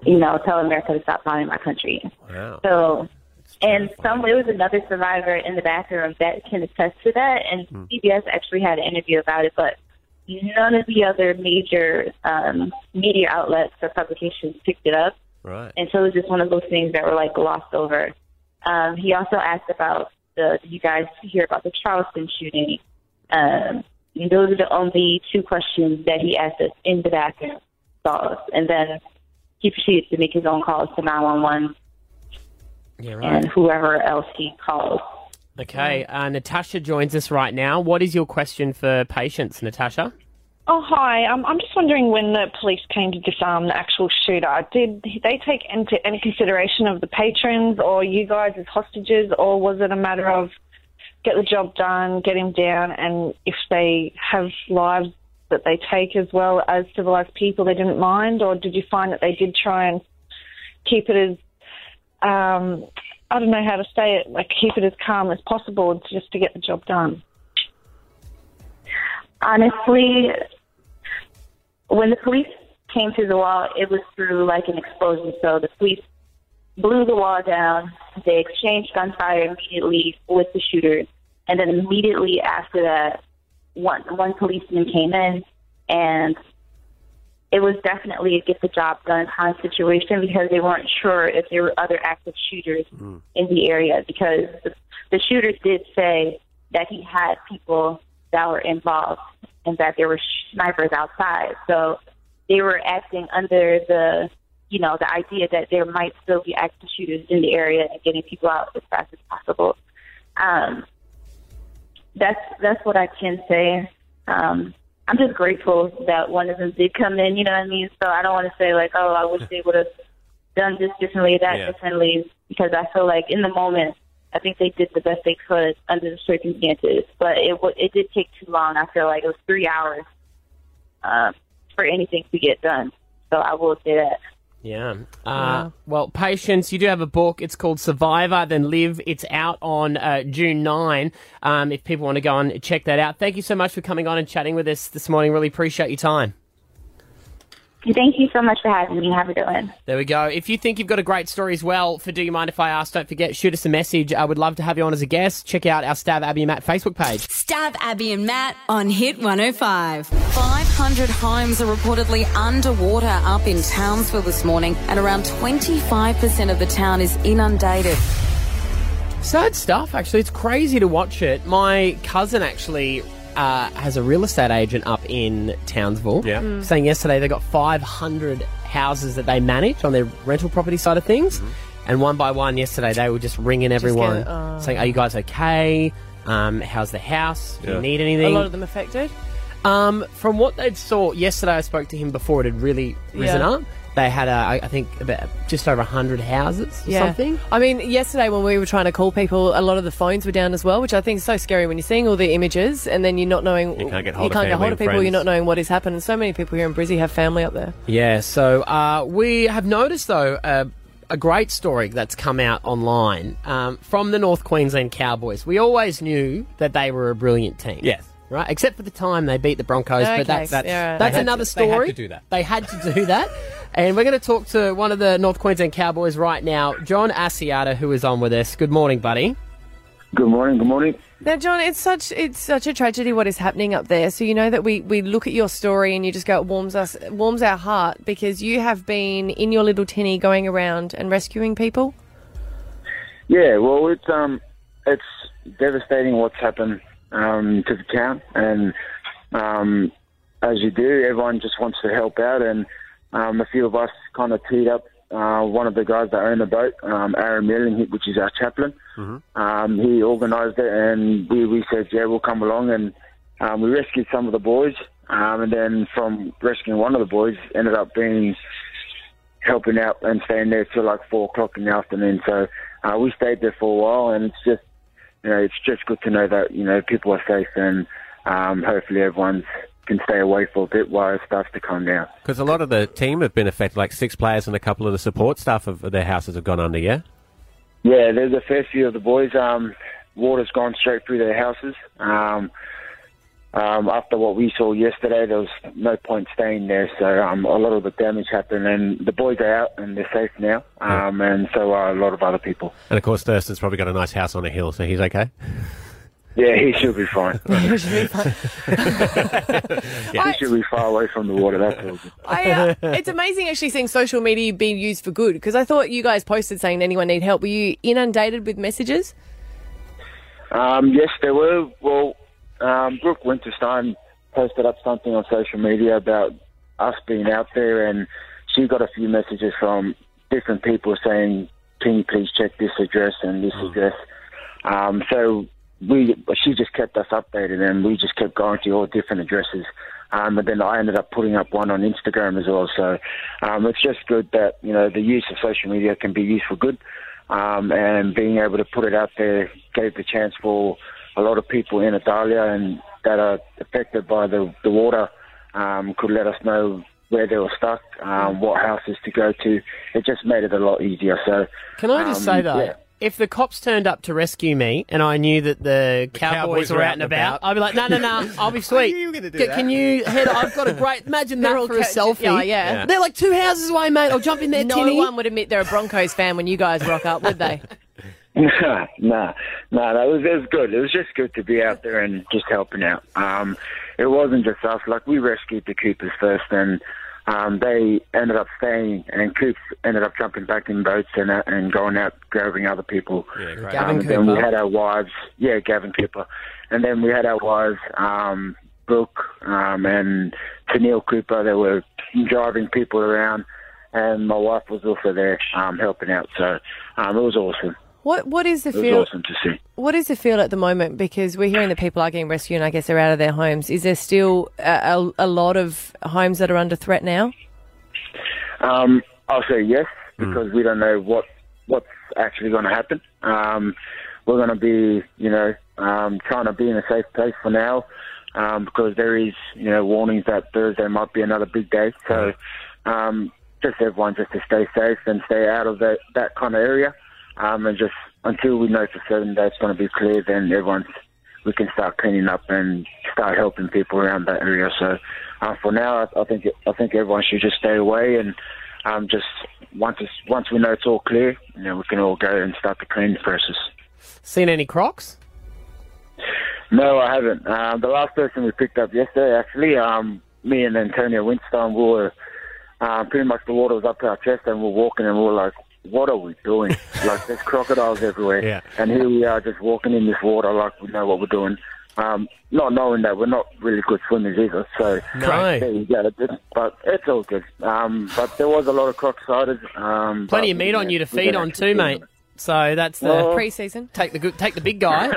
You know, tell America to stop bombing my country. Wow. So, and some there was another survivor in the bathroom that can attest to that, and Hmm. CBS actually had an interview about it, but none of the other major um, media outlets or publications picked it up, Right. and so it was just one of those things that were like glossed over. Um, he also asked about the did you guys hear about the Charleston shooting? Um, and those are the only two questions that he asked us in the bathroom stalls, and then he proceeded to make his own calls to 911 Yeah, and whoever else he calls. Okay, uh, Natasha joins us right now. What is your question for patients, Natasha? Oh, hi. Um, I'm just wondering when the police came to disarm the actual shooter, did they take into any consideration of the patrons or you guys as hostages, or was it a matter of get the job done, get him down, and if they have lives that they take as well as civilized people, they didn't mind, or did you find that they did try and keep it as um, I don't know how to say it, like keep it as calm as possible just to get the job done? Honestly, when the police came to the wall, it was through like an explosion. So the police blew the wall down. They exchanged gunfire immediately with the shooter, and then immediately after that, one one policeman came in, and it was definitely a get the job done kind of situation because they weren't sure if there were other active shooters in the area because the, the shooter did say that he had people that were involved and that there were snipers outside. So they were acting under the, you know, the idea that there might still be active shooters in the area and getting people out as fast as possible. Um, that's that's what I can say. Um, I'm just grateful that one of them did come in. You know what I mean? So I don't want to say like, oh, I wish they would have done this differently, that Yeah. differently, because I feel like in the moment, I think they did the best they could under the circumstances. But it w- it did take too long. I feel like it was three hours um, for anything to get done. So I will say that. Yeah. Uh, Well, patients, you do have a book. It's called Survivor Then Live. It's out on uh, June 9. Um, if people want to go and check that out. Thank you so much for coming on and chatting with us this morning. Really appreciate your time. Thank you so much for having me. Have a good one. There we go. If you think you've got a great story as well for Do You Mind If I Ask, don't forget, shoot us a message. I would love to have you on as a guest. Check out our Stab Abby and Matt Facebook page. Stab Abby and Matt on Hit 105. 500 homes are reportedly underwater up in Townsville this morning, and around 25% of the town is inundated. Sad stuff, actually. It's crazy to watch it. My cousin actually uh, has a real estate agent up in Townsville. Yeah. Mm. Saying yesterday they got 500 houses that they manage on their rental property side of things. And one by one yesterday they were just ringing everyone, get- oh. saying, Are you guys okay? Um, how's the house? Do you need anything? A lot of them affected. Um, from what they'd saw yesterday, I spoke to him before it had really risen Yeah. up. They had, uh, I I think, about just over 100 houses or yeah. something. I mean, yesterday when we were trying to call people, a lot of the phones were down as well, which I think is so scary when you're seeing all the images and then you're not knowing. You can't get you can't get hold of family hold and of people. friends. You're not knowing what is happening. So many people here in Brizzy have family up there. Yeah, so uh, we have noticed, though, uh, a great story that's come out online um, from the North Queensland Cowboys. We always knew that they were a brilliant team. Yes. right? Except for the time they beat the Broncos, Okay, but that's yeah, right. that's They had another to- story. they had to do that. They had to do that. And we're going to talk to one of the North Queensland Cowboys right now, John Asiata, who is on with us. Good morning, buddy. Good morning. Good morning. Now, John, it's such it's such a tragedy what is happening up there. So you know that we we look at your story and you just go it warms us it warms our heart because you have been in your little tinny going around and rescuing people. Yeah, well, it's um, it's devastating what's happened um, to the town, and um, as you do, everyone just wants to help out, and um, a few of us kind of teed up uh, one of the guys that own the boat, um, Aaron Milling, which is our chaplain. Mm-hmm. Um, he organised it, and we, we said, yeah, we'll come along, and um, we rescued some of the boys, um, and then from rescuing one of the boys, ended up being helping out and staying there till like four o'clock in the afternoon. So uh, we stayed there for a while, and it's just you know it's just good to know that you know people are safe and um, hopefully everyone can stay away for a bit while it starts to calm down. Because a lot of the team have been affected, like six players and a couple of the support staff of their houses have gone under, yeah? Yeah, there's a fair few of the boys. Um, water's gone straight through their houses. Um, um, after what we saw yesterday, there was no point staying there, so um, a lot of the damage happened. And the boys are out and they're safe now, um, and so are a lot of other people. And of course, Thurston's probably got a nice house on a hill, so he's okay. Yeah, he should be fine. he should be fine. He should be far away from the water. That's all. good. I, uh, it's amazing actually seeing social media being used for good because I thought you guys posted saying anyone need help. Were you inundated with messages? Um, yes, there were. Well, um, Brooke Winterstein posted up something on social media about us being out there, and she got a few messages from different people saying, "Can you please check this address and this address?" Um, so we, she just kept us updated, and we just kept going to all different addresses. Um, and then I ended up putting up one on Instagram as well. So um, it's just good that you know the use of social media can be used for good, um, and being able to put it out there gave the chance for a lot of people in Italia and that are affected by the the water um, could let us know where they were stuck, um, what houses to go to. It just made it a lot easier. So Can I just um, say though, yeah. if the cops turned up to rescue me and I knew that the, Cowboys, were out and about, I'd be like, no, no, no, I'll be sweet. Can- Can you head? I've got a great. Imagine They're that all for a catch- selfie. Yeah, yeah. They're like two houses away, mate. I'll jump in there. No tinny. one would admit they're a Broncos fan when you guys rock up, would they? Nah, nah, nah. That was it was good. It was just good to be out there and just helping out. Um, it wasn't just us. Like we rescued the Coopers first, and um, they ended up staying, and Coops ended up jumping back in boats and uh, and going out grabbing other people. Yeah, great. Gavin Um, and then we Cooper. had our wives. Yeah, Gavin Cooper, and then we had our wives, um, Brooke um, and Tennille Cooper. They were driving people around. And my wife was also there um, helping out, so um, it was awesome. What What is the It was feel? awesome to see. What is the feel at the moment? Because we're hearing that people are getting rescued and I guess they're out of their homes. Is there still a, a, a lot of homes that are under threat now? Um, I'll say yes because we don't know what what's actually going to happen. Um, we're going to be, you know, um, trying to be in a safe place for now um, because there is, you know, warnings that Thursday might be another big day. So um, just everyone just to stay safe and stay out of that, that kind of area. Um, and just until we know for certain that it's going to be clear, then everyone's we can start cleaning up and start helping people around that area. So uh, for now, I, I think I think everyone should just stay away and um, just once it's, once we know it's all clear, you know, we can all go and start the cleaning process. Seen any Crocs? No, I haven't. Um, the last person we picked up yesterday, actually, um, me and Antonio Winstone, we were um, pretty much the water was up to our chest, and we were walking, and we were like, "What are we doing? like, there's crocodiles everywhere, Yeah. and here we are just walking in this water like we know what we're doing." Um, not knowing that we're not really good swimmers either, so No. there you go. But it's all good. Um, but there was a lot of crocodiles. Um, Plenty but, of meat on yeah, you to we didn't feed on actually too, see them. mate. So that's the Well- pre-season. Take the good, take the big guy.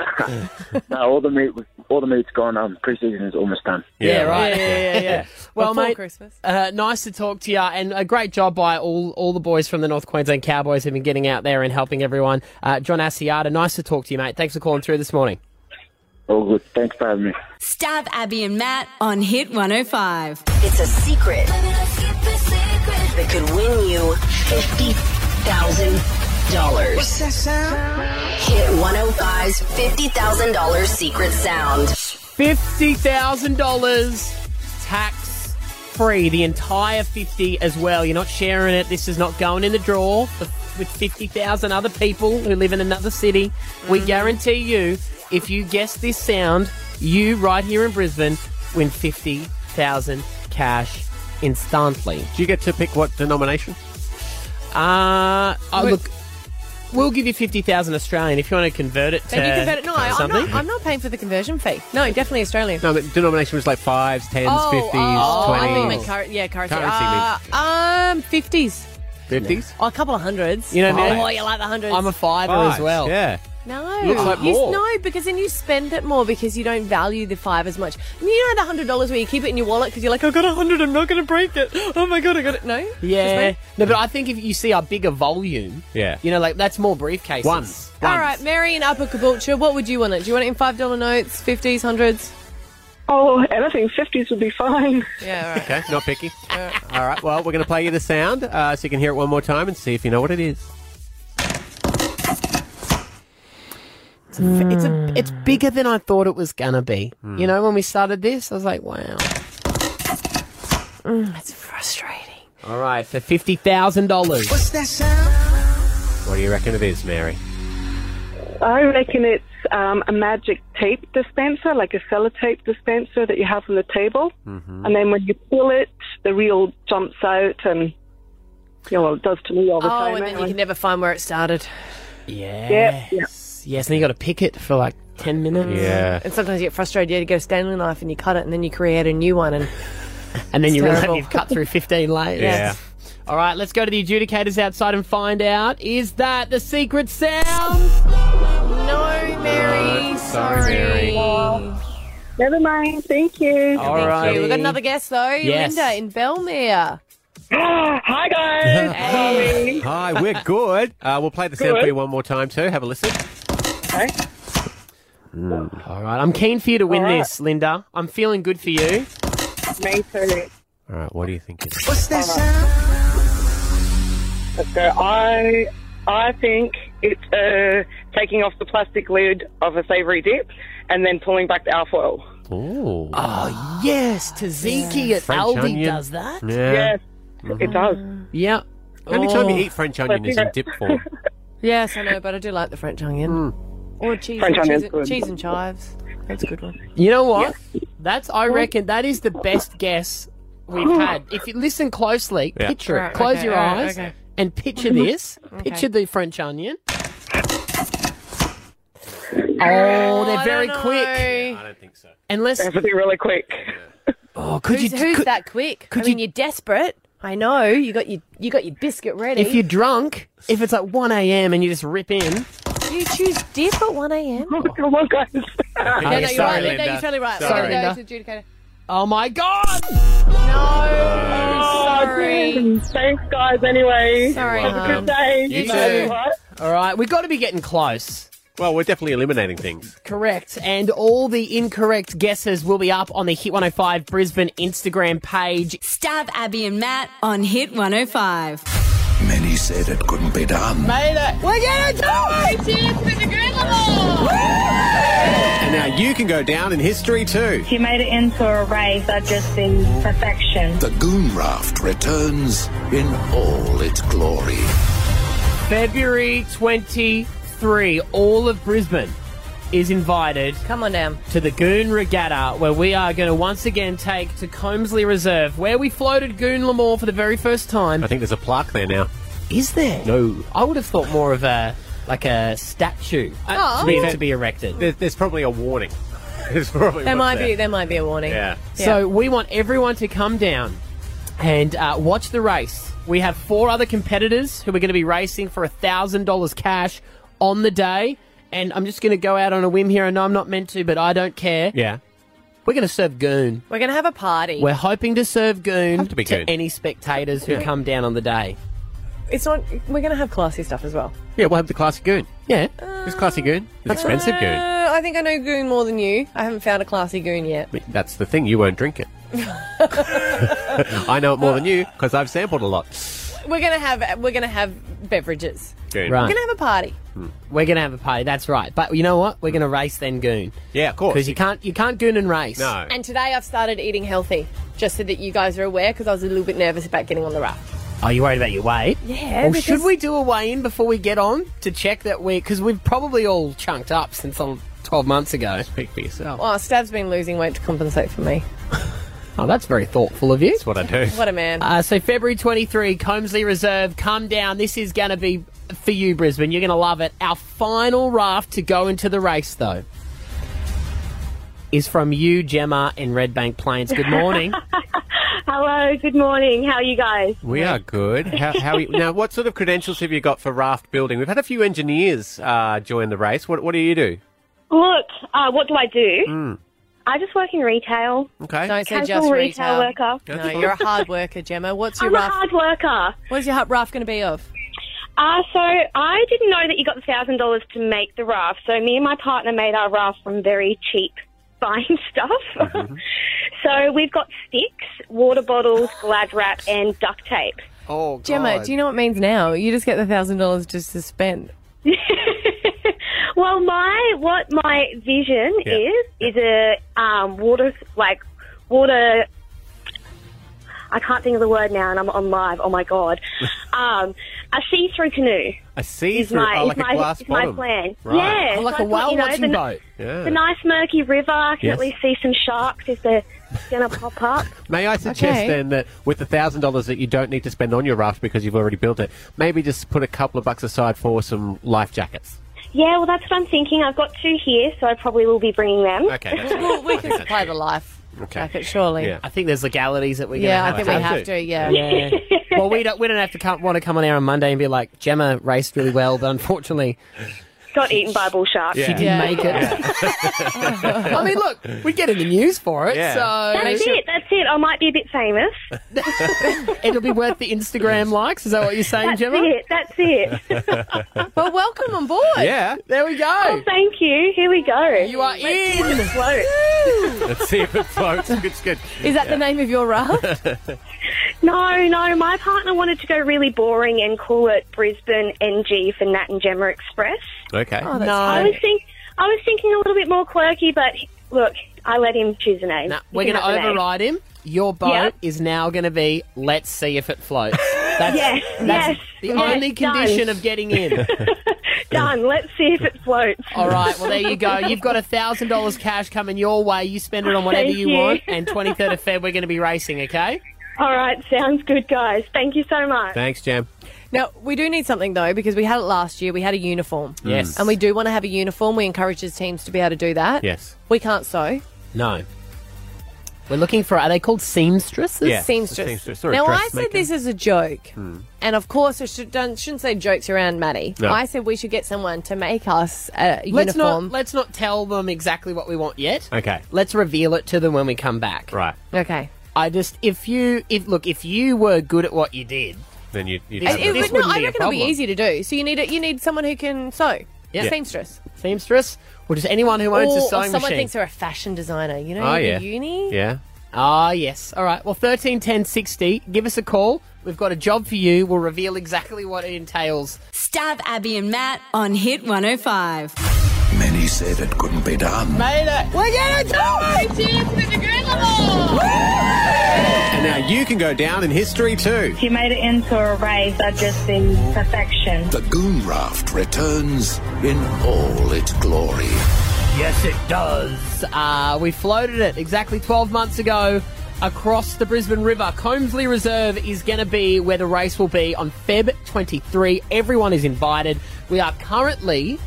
no, all the meat, was, all the meat's gone. Um, pre-season is almost done. Yeah, right. Yeah, yeah, yeah. yeah. well, Before mate, Uh, nice to talk to you, and a great job by all, all the boys from the North Queensland Cowboys who've been getting out there and helping everyone. Uh, John Asiata, nice to talk to you, mate. Thanks for calling through this morning. All good. Thanks for having me. Stab Abby and Matt on Hit 105. It's a secret that could win you $50,000. What's oh that sound? Hit 105's $50,000 secret sound. $50,000 tax free, the entire 50 as well. You're not sharing it. This is not going in the drawer for, with 50,000 other people who live in another city. We guarantee you, if you guess this sound, you right here in Brisbane win 50,000 cash instantly. Do you get to pick what denomination? Uh, oh, Wait. look, we'll give you 50,000 Australian if you want to convert it to Can you convert it? No, I, I'm something. not. I'm not paying for the conversion fee. No, definitely Australian. No, the Um, denomination was like fives, tens, oh, fifties, oh, I thought you meant twenties, cur- yeah, currency. Currency uh, um, fifties. fifties. Oh, a couple of hundreds. You know, man, oh, you like the hundreds. I'm a fiver as Fives, well. yeah. No, Looks like You- more. no, because then you spend it more because you don't value the five as much. You know the hundred dollars where you keep it in your wallet because you're like, I've got a hundred, I'm not going to break it. Oh my god, I got it. No, Yeah. No, but I think if you see a bigger volume, yeah, you know, like that's more briefcases. One. All right, Mary in Upper Caboolture, what would you want it? Do you want it in five dollar notes, fifties, hundreds? Oh, anything fifties would be fine. Yeah, all right. Okay, not picky. All right, well, we're going to play you the sound uh, so you can hear it one more time and see if you know what it is. It's, a, it's, a, it's bigger than I thought it was gonna be. Hmm. You know, when we started this, I was like, wow. Mm, that's frustrating. All right, for fifty thousand dollars. What's that sound? What do you reckon it is, Mary? I reckon it's um, a magic tape dispenser, like a sellotape dispenser that you have on the table, and then when you pull it, the reel jumps out, and you know, well, it does to me all the Oh, time. and then you anyway. can never find where it started. Yeah. Yes, and you got to pick it for like ten minutes. And sometimes you get frustrated. You get a Stanley knife and you cut it, and then you create a new one, and And then It's you realize terrible. you've cut through fifteen layers. Yeah. All right, let's go to the adjudicators outside and find out. Is that the secret sound? no, Mary, sorry. Never mind. Thank you. All right. We've got another guest though, Yes. Linda in Belmere. Hi guys. Hey. Hi, we're good. Uh, we'll play the sound for Good. you one more time, too. Have a listen. Hmm. Okay. All right, I'm keen for you to win All right. this, Linda. I'm feeling good for you. Me too. All right, what do you think? It is? What's that Oh. sound? So I, I think it's uh, taking off the plastic lid of a savoury dip and then pulling back the alfoil. Ooh. Oh, yes, tzatziki at French Aldi onion. does that. Yeah. Yes, Mhm. it does. Yeah. Only time you Oh. eat French onion is in dip form. Yes, I know, but I do like the French onion Hmm. or cheese. French and onion's cheese, good. cheese and chives. That's a good one. You know what? That's I reckon that is the best guess we've had. If you listen closely, Yeah. picture Right, it. Close okay, your all right, eyes okay. and picture this. Okay. Picture the French onion. Oh, they're I very don't quick. know. I don't think so. Unless They have to be really quick. Oh, could Who's, you who's that quick? I mean, you... are desperate. I know you got your you got your biscuit ready. if you're drunk, if it's like one AM and you just rip in. you choose dip at one a.m. Come on, guys. No, no, Okay, you're sorry, right, Linda. Linda. You're totally right. Sorry, We're gonna go Linda. to adjudicator. Oh my god! Oh, Sorry. Thanks, guys. Anyway, Sorry, have a hon. good day. You Bye. too. All right, we've got to be getting close. Well, we're definitely eliminating things. Correct. And all the incorrect guesses will be up on the Hit 105 Brisbane Instagram page. Stab Abby and Matt on Hit 105. Many said it couldn't be done. Made it! We're gonna do it! And now you can go down in history, too. If you made it into a race, I'd just be perfection. The Goon Raft returns in all its glory. February 23, all of Brisbane is invited. Come on down. To the Goon Regatta, where we are going to once again take to Combsley Reserve, where we floated Goon Lamore for the very first time. I think there's a plaque there now. Is there? No. I would have thought more of a like a statue Oh. to, be, to be erected. There's, there's probably a warning. there's probably There what's might be there. there might be a warning. Yeah. So we want everyone to come down and uh, watch the race. We have four other competitors who are going to be racing for thousand dollars cash on the day. And I'm just going to go out on a whim here. I know I'm not meant to, but I don't care. Yeah. We're going to serve goon. We're gonna have a party. We're hoping to serve goon to, be goon. any spectators who Yeah. come down on the day. It's not. We're gonna have classy stuff as well. Yeah, we'll have the classic goon. Yeah. It's classic goon. It's expensive goon. Uh, I think I know goon more than you. I haven't found a classy goon yet. But That's the thing. You won't drink it. I know it more than you because I've sampled a lot. We're gonna have we're gonna have beverages. Goon. Right. We're going to have a party. We're gonna have a party. That's right. But you know what? We're gonna race then goon. Yeah, of course. Because you can't you can't goon and race. And today I've started eating healthy, just so that you guys are aware, because I was a little bit nervous about getting on the raft. Are you worried about your weight? Yeah, Or because- should we do a weigh in before we get on to check that we? Because we've probably all chunked up since um, twelve months ago. Speak for yourself. Well, Oh, Stav's been losing weight to compensate for me. Oh, that's very thoughtful of you. That's what I do. What a man. Uh, so February 23, Combsley Reserve, come down. This is going to be for you, Brisbane. You're going to love it. Our final raft to go into the race, though, is from you, Gemma, in Red Bank Plains. Good morning. Hello, good morning. How are you guys? We are good. How, how are you, now, what sort of credentials have you got for raft building? We've had a few engineers uh, join the race. What, what do you do? Look, uh, what do I do? Hmm. Mm. I just work in retail. Okay. Don't say Casual just retail. retail. worker. No, you're a hard worker, Gemma. What's your I'm a raft? hard worker. What's your ha- raft going to be of? Uh, so I didn't know that you got the thousand dollars to make the raft. So me and my partner made our raft from very cheap buying stuff. Mm-hmm. so we've got sticks, water bottles, glad wrap, and duct tape. Oh, Gemma, do you know what it means now? You just get the thousand dollars just to spend. Well, my what my vision Yeah. is is a um, water like water. I can't think of the word now, and I'm on live. Oh my god, um, a see-through canoe A sea is through, my oh, is like my, a glass is my bottom. plan. Right. Oh, Yeah, so I thought, you know, the, Yeah. The nice murky river. I can Yes. at least see some sharks if they're gonna pop up. May I suggest Okay. then that with the thousand dollars that you don't need to spend on your raft because you've already built it, maybe just put a couple of bucks aside for some life jackets. Yeah, well, that's what I'm thinking. I've got two here, so I probably will be bringing them. Okay, that's Well, we can supply the life. Okay. Jacket, surely. I think there's legalities that we're Yeah, I going think we have to, yeah. well, we don't, we don't have to come, want to come on air on Monday and be like, Gemma raced really well, but unfortunately, Got eaten by a bull shark. she didn't make it. I mean, look, we get in the news for it, Yeah. so. that's it. That's it. I might be a bit famous. It'll be worth the Instagram likes. Is that what you're saying, that's Gemma? It, that's it. well, welcome on board. Yeah. There we go. Oh, thank you. Here we go. You are Let's in. Float. Let's see if it floats. It's good. Is that the name of your raft? the No, no. My partner wanted to go really boring and call it Brisbane NG for Nat and Gemma Express. okay. Oh, I was think I was thinking a little bit more quirky, but he- look, I let him choose a name. He We're can going to have the name. override him. Your boat Yeah. is now going to be let's see if it floats. That's, Yes, that's yes, the yes, only condition done. of getting in. Done. Let's see if it floats. All right, well, there you go. You've got $1,000 cash coming your way. You spend it on whatever Thank you, you. want. And 23rd of Feb, we're going to be racing, okay? All right, sounds good, guys. Thank you so much. Thanks, Jam. Now, we do need something though, because we had it last year. We had a uniform. Mm. Yes. And we do want to have a uniform. We encourage his teams to be able to do that. Yes. We can't sew. No. We're looking for, are they called seamstresses? seamstress. Now, I said this as a joke. Hmm. And of course, I should, don't, shouldn't say jokes around Maddie. No. I said we should get someone to make us a Let's uniform. not, let's not tell them exactly what we want yet. Okay. Let's reveal it to them when we come back. Right. Okay. I just, if you, if look, if you were good at what you did, Then you. you It, it This would, no, wouldn't I be a reckon it'll be problem. easy to do. So you need a, you need someone who can sew. Yeah. Seamstress. seamstress, or just anyone who owns or, a or sewing someone machine. thinks they're a fashion designer. You know, Oh, you yeah. do uni. Yeah. Ah, yes. All right. Well, thirteen ten sixty. Give us a call. We've got a job for you. We'll reveal exactly what it entails. Stab Abby and Matt on Hit 105. Many said it couldn't be done. Made it. We're gonna do it. And now you can go down in history too. If you made it into a race, I'd just be perfection. The Goon Raft returns in all its glory. Yes, it does. Uh, we floated it exactly 12 months ago across the Brisbane River. Combsley Reserve is going to be where the race will be on Feb 23. Everyone is invited. We are currently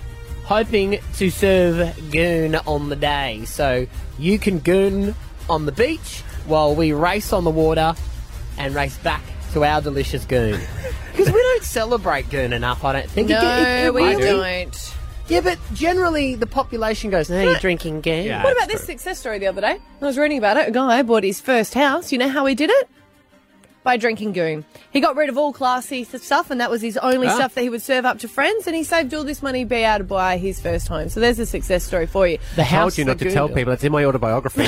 hoping to serve goon on the day. So you can goon on the beach while we race on the water and race back to our delicious goon. Because we don't celebrate goon enough, I don't think. It- it- No, it we really- don't. Yeah, but generally the population goes, no, you're drinking goon. what about this success story the other day? I was reading about it. A guy bought his first house. You know how he did it? By drinking goon. He got rid of all classy s- stuff, and that was his only Ah. stuff that he would serve up to friends, and he saved all this money to be able to buy his first home. So there's a success story for you. I told you not for to tell Goon. people. It's in my autobiography.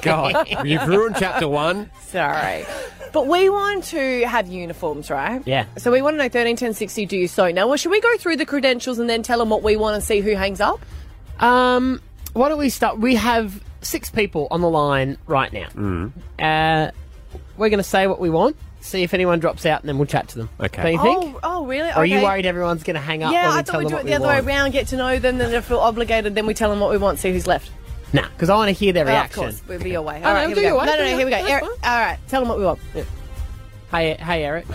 God, you've ruined chapter one. Sorry. But we want to have uniforms, right? Yeah. So we want to know 13, 10, 60, do you sew? Now, well, should we go through the credentials and then tell them what we want and see who hangs up? Um, why don't we start? We have six people on the line right now. Uh, we're going to say what we want, see if anyone drops out, and then we'll chat to them. Okay. Don't you think? Oh, oh really? Or Are you Okay. worried everyone's going to hang up? Yeah, when we I tell thought we'd them do what it we the other want? way around, get to know them, then they feel obligated, then we tell them what we want, see who's left. Nah, because I want to hear their Oh, of reaction. course, we'll be your way. Oh, All right, no, here do we go. your way, No, no, do no, your here we go. way, Eric, all right, tell them what we want. Hey, hey, Eric.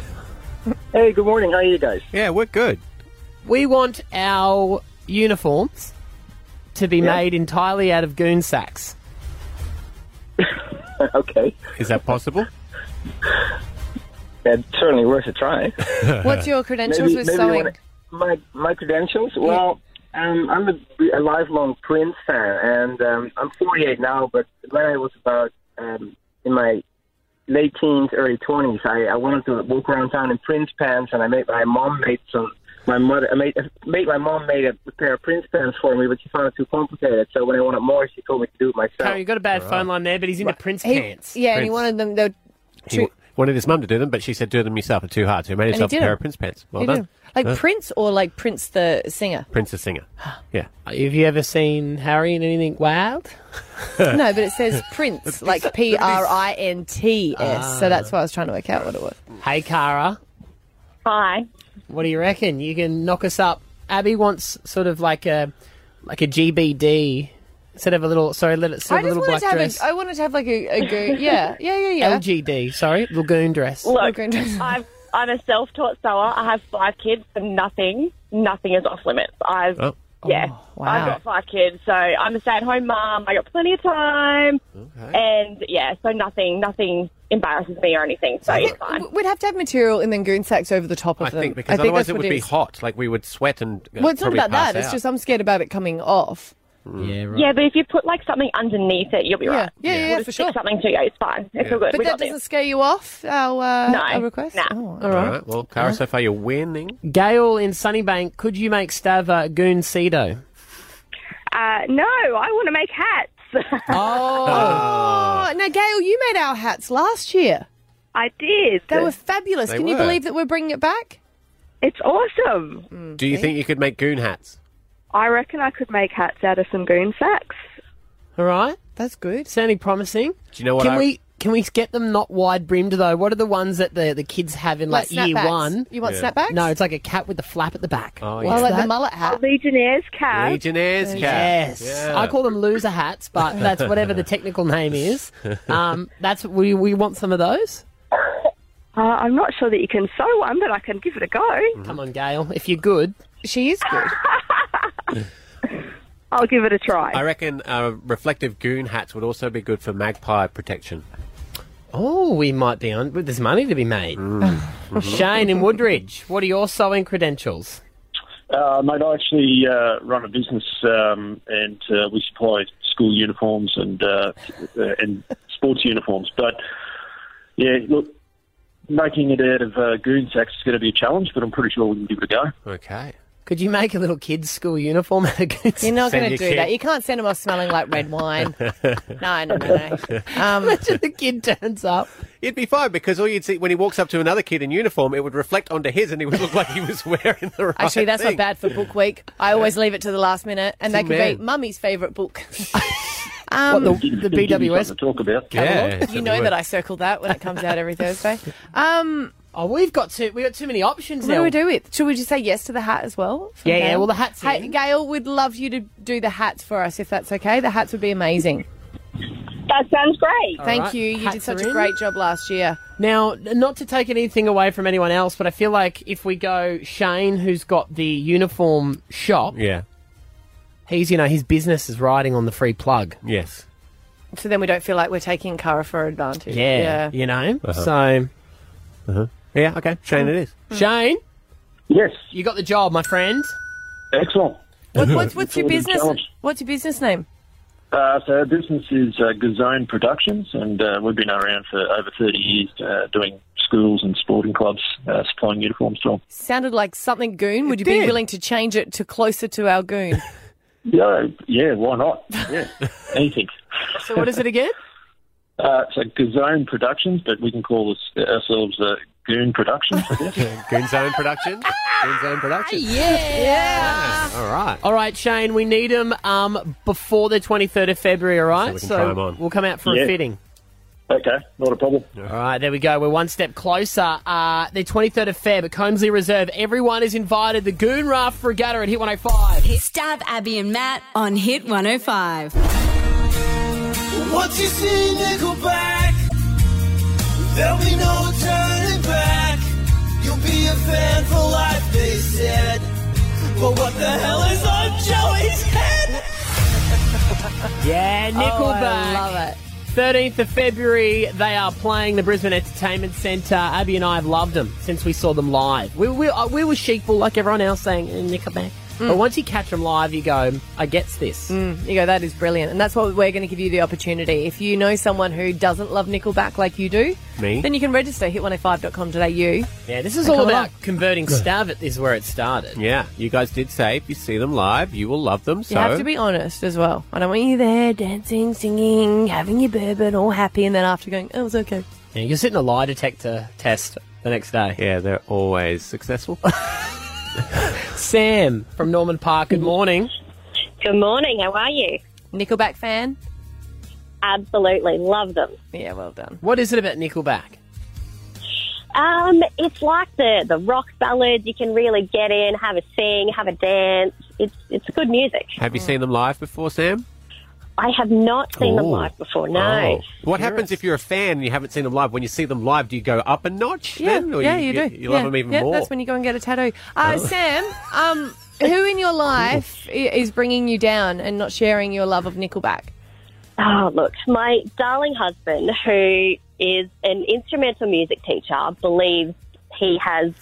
Hey, good morning. How are you guys? Yeah, we're good. We want our uniforms to be Yeah. made entirely out of goon sacks. okay. Is that possible? That's certainly worth a try. What's your credentials Maybe- with maybe you sewing? wanna- my my credentials. Well, um, I'm a, a lifelong Prince fan, and um, I'm 48 now. But when I was about um, in my late teens, early 20s, I, I wanted to walk around town in Prince pants, and I made my mom made some. My mother I made, made my mom made a pair of Prince pants for me, but she found it too complicated. So when I wanted more, she told me to do it myself. Carrie, you got a bad phone line there, but he's into Prince He- pants. Yeah, and he Prince. wanted them, they He w- wanted his mum to do them, but she said do them yourself. They're too hard. So he made And he himself did a pair them. of Prince pants. Well You done. do. Like Uh, Prince or like Prince the singer? Prince the singer. Yeah. Have you ever seen Harry in anything wild? no, but it says Prince, like P R I N T S. Ah. So that's why I was trying to work out what it was. Hey, Cara. Hi. What do you reckon? You can knock us up. Abby wants sort of like a like a GBD instead of a little. Sorry, let it. Sort I of a just little wanted black to have dress. a. I wanted to have like a, a goo. Yeah, yeah, yeah, yeah. LGD. Sorry, lagoon dress. Look, I've, I'm a self-taught sewer. I have five kids, and nothing, nothing is off limits. I've, Oh. yeah, I've got five kids, so I'm a stay-at-home mom. I got plenty of time, and yeah, so nothing, nothing embarrasses me or anything. So it's fine. We'd have to have material and then goon sacks over the top of I them. think because I think otherwise that's it what would be is. hot. Like we would sweat and. uh, Well, it's not probably about that. pass It's out. Mm. just um I'm scared about it coming off. Yeah, right. Yeah, but if you put like something underneath it, you'll be right. Yeah, yeah, yeah, we'll for just stick sure. Something to you, it's fine. It's all good. But We that got this. doesn't scare you off our, uh, No. our request? Oh, all All right. right. Well, Cara, so far you're winning. Gail in Sunnybank, could you make Stav a goon cedo? Uh, no, I want to make hats. Oh. oh. Now, Gail, you made our hats last year. I did. They were fabulous. They Can you were. believe that we're bringing it back? It's awesome. Do you think you could make goon hats? I reckon I could make hats out of some goon sacks. All right, that's good. Sounding promising. Do you know what Can I- we can we get them not wide brimmed though? What are the ones that the, the kids have in like, Like year snapbacks. one? You want Yeah. snapbacks? No, it's like a cat with a flap at the back. Oh, What's like the that? mullet hat. Legionnaires cap. Legionnaires cap. Yes, Yeah. I call them loser hats, but that's whatever the technical name is. Um, that's we we want some of those. Uh, I'm not sure that you can sew one, but I can give it a go. Mm-hmm. Come on, Gail, if you're good, she is good. I'll give it a try. I reckon uh, reflective goon hats would also be good for magpie protection. Oh, we might be on. but There's money to be made. Mm. Mm-hmm. Shane in Woodridge, what are your sewing credentials? Uh, mate, I actually uh, run a business um, and uh, we supply school uniforms and uh, uh, and sports uniforms. But yeah, look, making it out of uh, goon sacks is going to be a challenge, but I'm pretty sure we can give it a go. Okay. Could you make a little kid's school uniform out of goose? You're not going to do that. You can't send them off smelling like red wine. no, no, no, no. Um, Imagine the kid turns up. It'd be fine because all you'd see when he walks up to another kid in uniform, it would reflect onto his, and he would look like he was wearing the right. Actually, that's thing. not bad for book week. I always leave it to the last minute, and they It's a could be man. mummy's favourite book. um, the BWS to talk about. you know that I circle that when it comes out every Thursday. Um, oh, we've got too we got too many options. What do now. we do with? Should we just say yes to the hat as well? from Yeah, yeah, Gail? well, the hat's Hey, Gail, we'd love you to do the hats for us if that's okay. The hats would be amazing. That sounds great. Thank you. You did such a great job last year. Now, n- not to take anything away from anyone else, but I feel like if we go Shane, who's got the uniform shop, yeah, he's you know his business is riding on the free plug. Yes, So then we don't feel like we're taking Cara for advantage. yeah, you know. Uh-huh. So, yeah, okay, Shane, it is. Hmm. Shane, yes, you got the job, my friend. Excellent. What, what's what's your It's always a business? challenge. What's your business name? Uh, so our business is uh, Gazone Productions, and uh, we've been around for over 30 years uh, doing schools and sporting clubs, uh, supplying uniforms to them. Sounded like something goon. Would you be did. willing to change it to closer to our goon? Yeah, yeah, why not? Yeah, anything. So what is it again? Uh, so Gazone Productions, but we can call us, ourselves uh, Goon Productions, I guess. Goon Zone Productions? Goon Zone Productions? Yeah. All right. All right, Shane, we need them um, before the 23rd of February, all right? So we can try 'em on. will come out for Yeah. a fitting. Okay, not a problem. All right, there we go. We're one step closer. Uh, the 23rd of Feb at Combsley Reserve. Everyone is invited. The Goon Raft Regatta at Hit 105. Stab Abby and Matt on Hit 105. Once you see Nickelback, there'll be no turning back. You'll be a fan for life, they said. But what the hell is on Joey's head? Yeah, Oh, Nickelback. I love it. 13th of February, they are playing the Brisbane Entertainment Centre. Abby and I have loved them since we saw them live. We, we, uh, we were sheepful like everyone else saying eh, Nickelback. But once you catch them live, you go, I gets this. Mm, you go, that is brilliant. And that's what we're going to give you the opportunity. If you know someone who doesn't love Nickelback like you do, Me? then you can register hit105.com.au. Yeah, this is And all come about along. converting stav. It is where it started. Yeah, you guys did say if you see them live, you will love them. You So have to be honest as well. I don't want you there dancing, singing, having your bourbon, all happy, and then after going, oh, it was okay. Yeah, you're sitting a lie detector test the next day. Yeah, they're always successful. Sam from Norman Park, good morning. Good morning. How are you? Nickelback fan? Absolutely. Love them. Yeah, well done. What is it about Nickelback? Um, it's like the, the rock ballads. You can really get in, have a sing, have a dance. It's, it's good music. have you seen them live before, Sam? I have not seen them Oh. live before, no. Oh. What happens if you're a fan and you haven't seen them live? When you see them live, do you go up a notch? Yeah, then, or yeah, you, you, get- do. You love yeah. them even yeah, more. That's when you go and get a tattoo. Uh, Oh. Sam, um, who in your life i- is bringing you down and not sharing your love of Nickelback? Oh, look, my darling husband, who is an instrumental music teacher, believes he has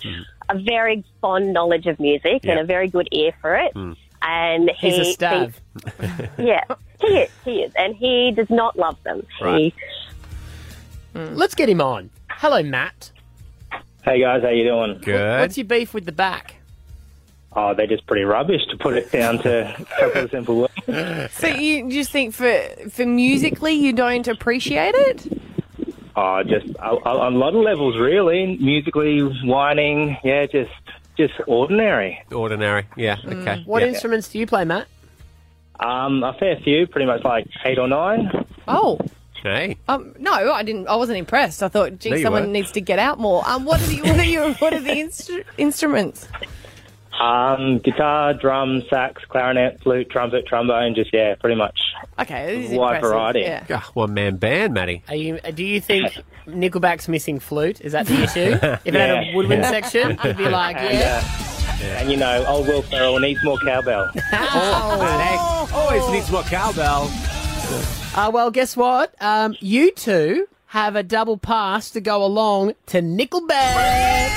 a very fond knowledge of music and Yeah. a very good ear for it. And he He's a stav. thinks- yeah, he is. He is. And he does not love them. Right. Mm. Let's get him on. Hello, Matt. Hey guys, how you doing? Good. What's your beef with the back? oh, they're just pretty rubbish to put it down to a couple of simple words. So you just think for for musically you don't appreciate it? Oh, just on on a lot of levels, really. Musically, whining, yeah, just just ordinary. Ordinary, yeah. Okay. Hmm. What instruments do you play, Matt? Um, a fair few, pretty much like eight or nine. Oh, Hey. um, no, I didn't. I wasn't impressed. I thought, gee, No, you someone weren't. needs to get out more. Um, what are the what are your what are the instru- instruments? Um, guitar, drum, sax, clarinet, flute, trumpet, trombone. Just yeah, pretty much Okay, this is wide impressive, variety. yeah. One Ah, man band, Matty. Are you, uh, do you think Nickelback's missing flute? Is that the issue? If it had a Yeah. woodwind Yeah. section, it'd be like, And, yeah. uh, and you know, old Will Ferrell needs more cowbell. Ah. Oh, Always needs more cowbell. Uh, well, guess what? Um, you two have a double pass to go along to Nickelback.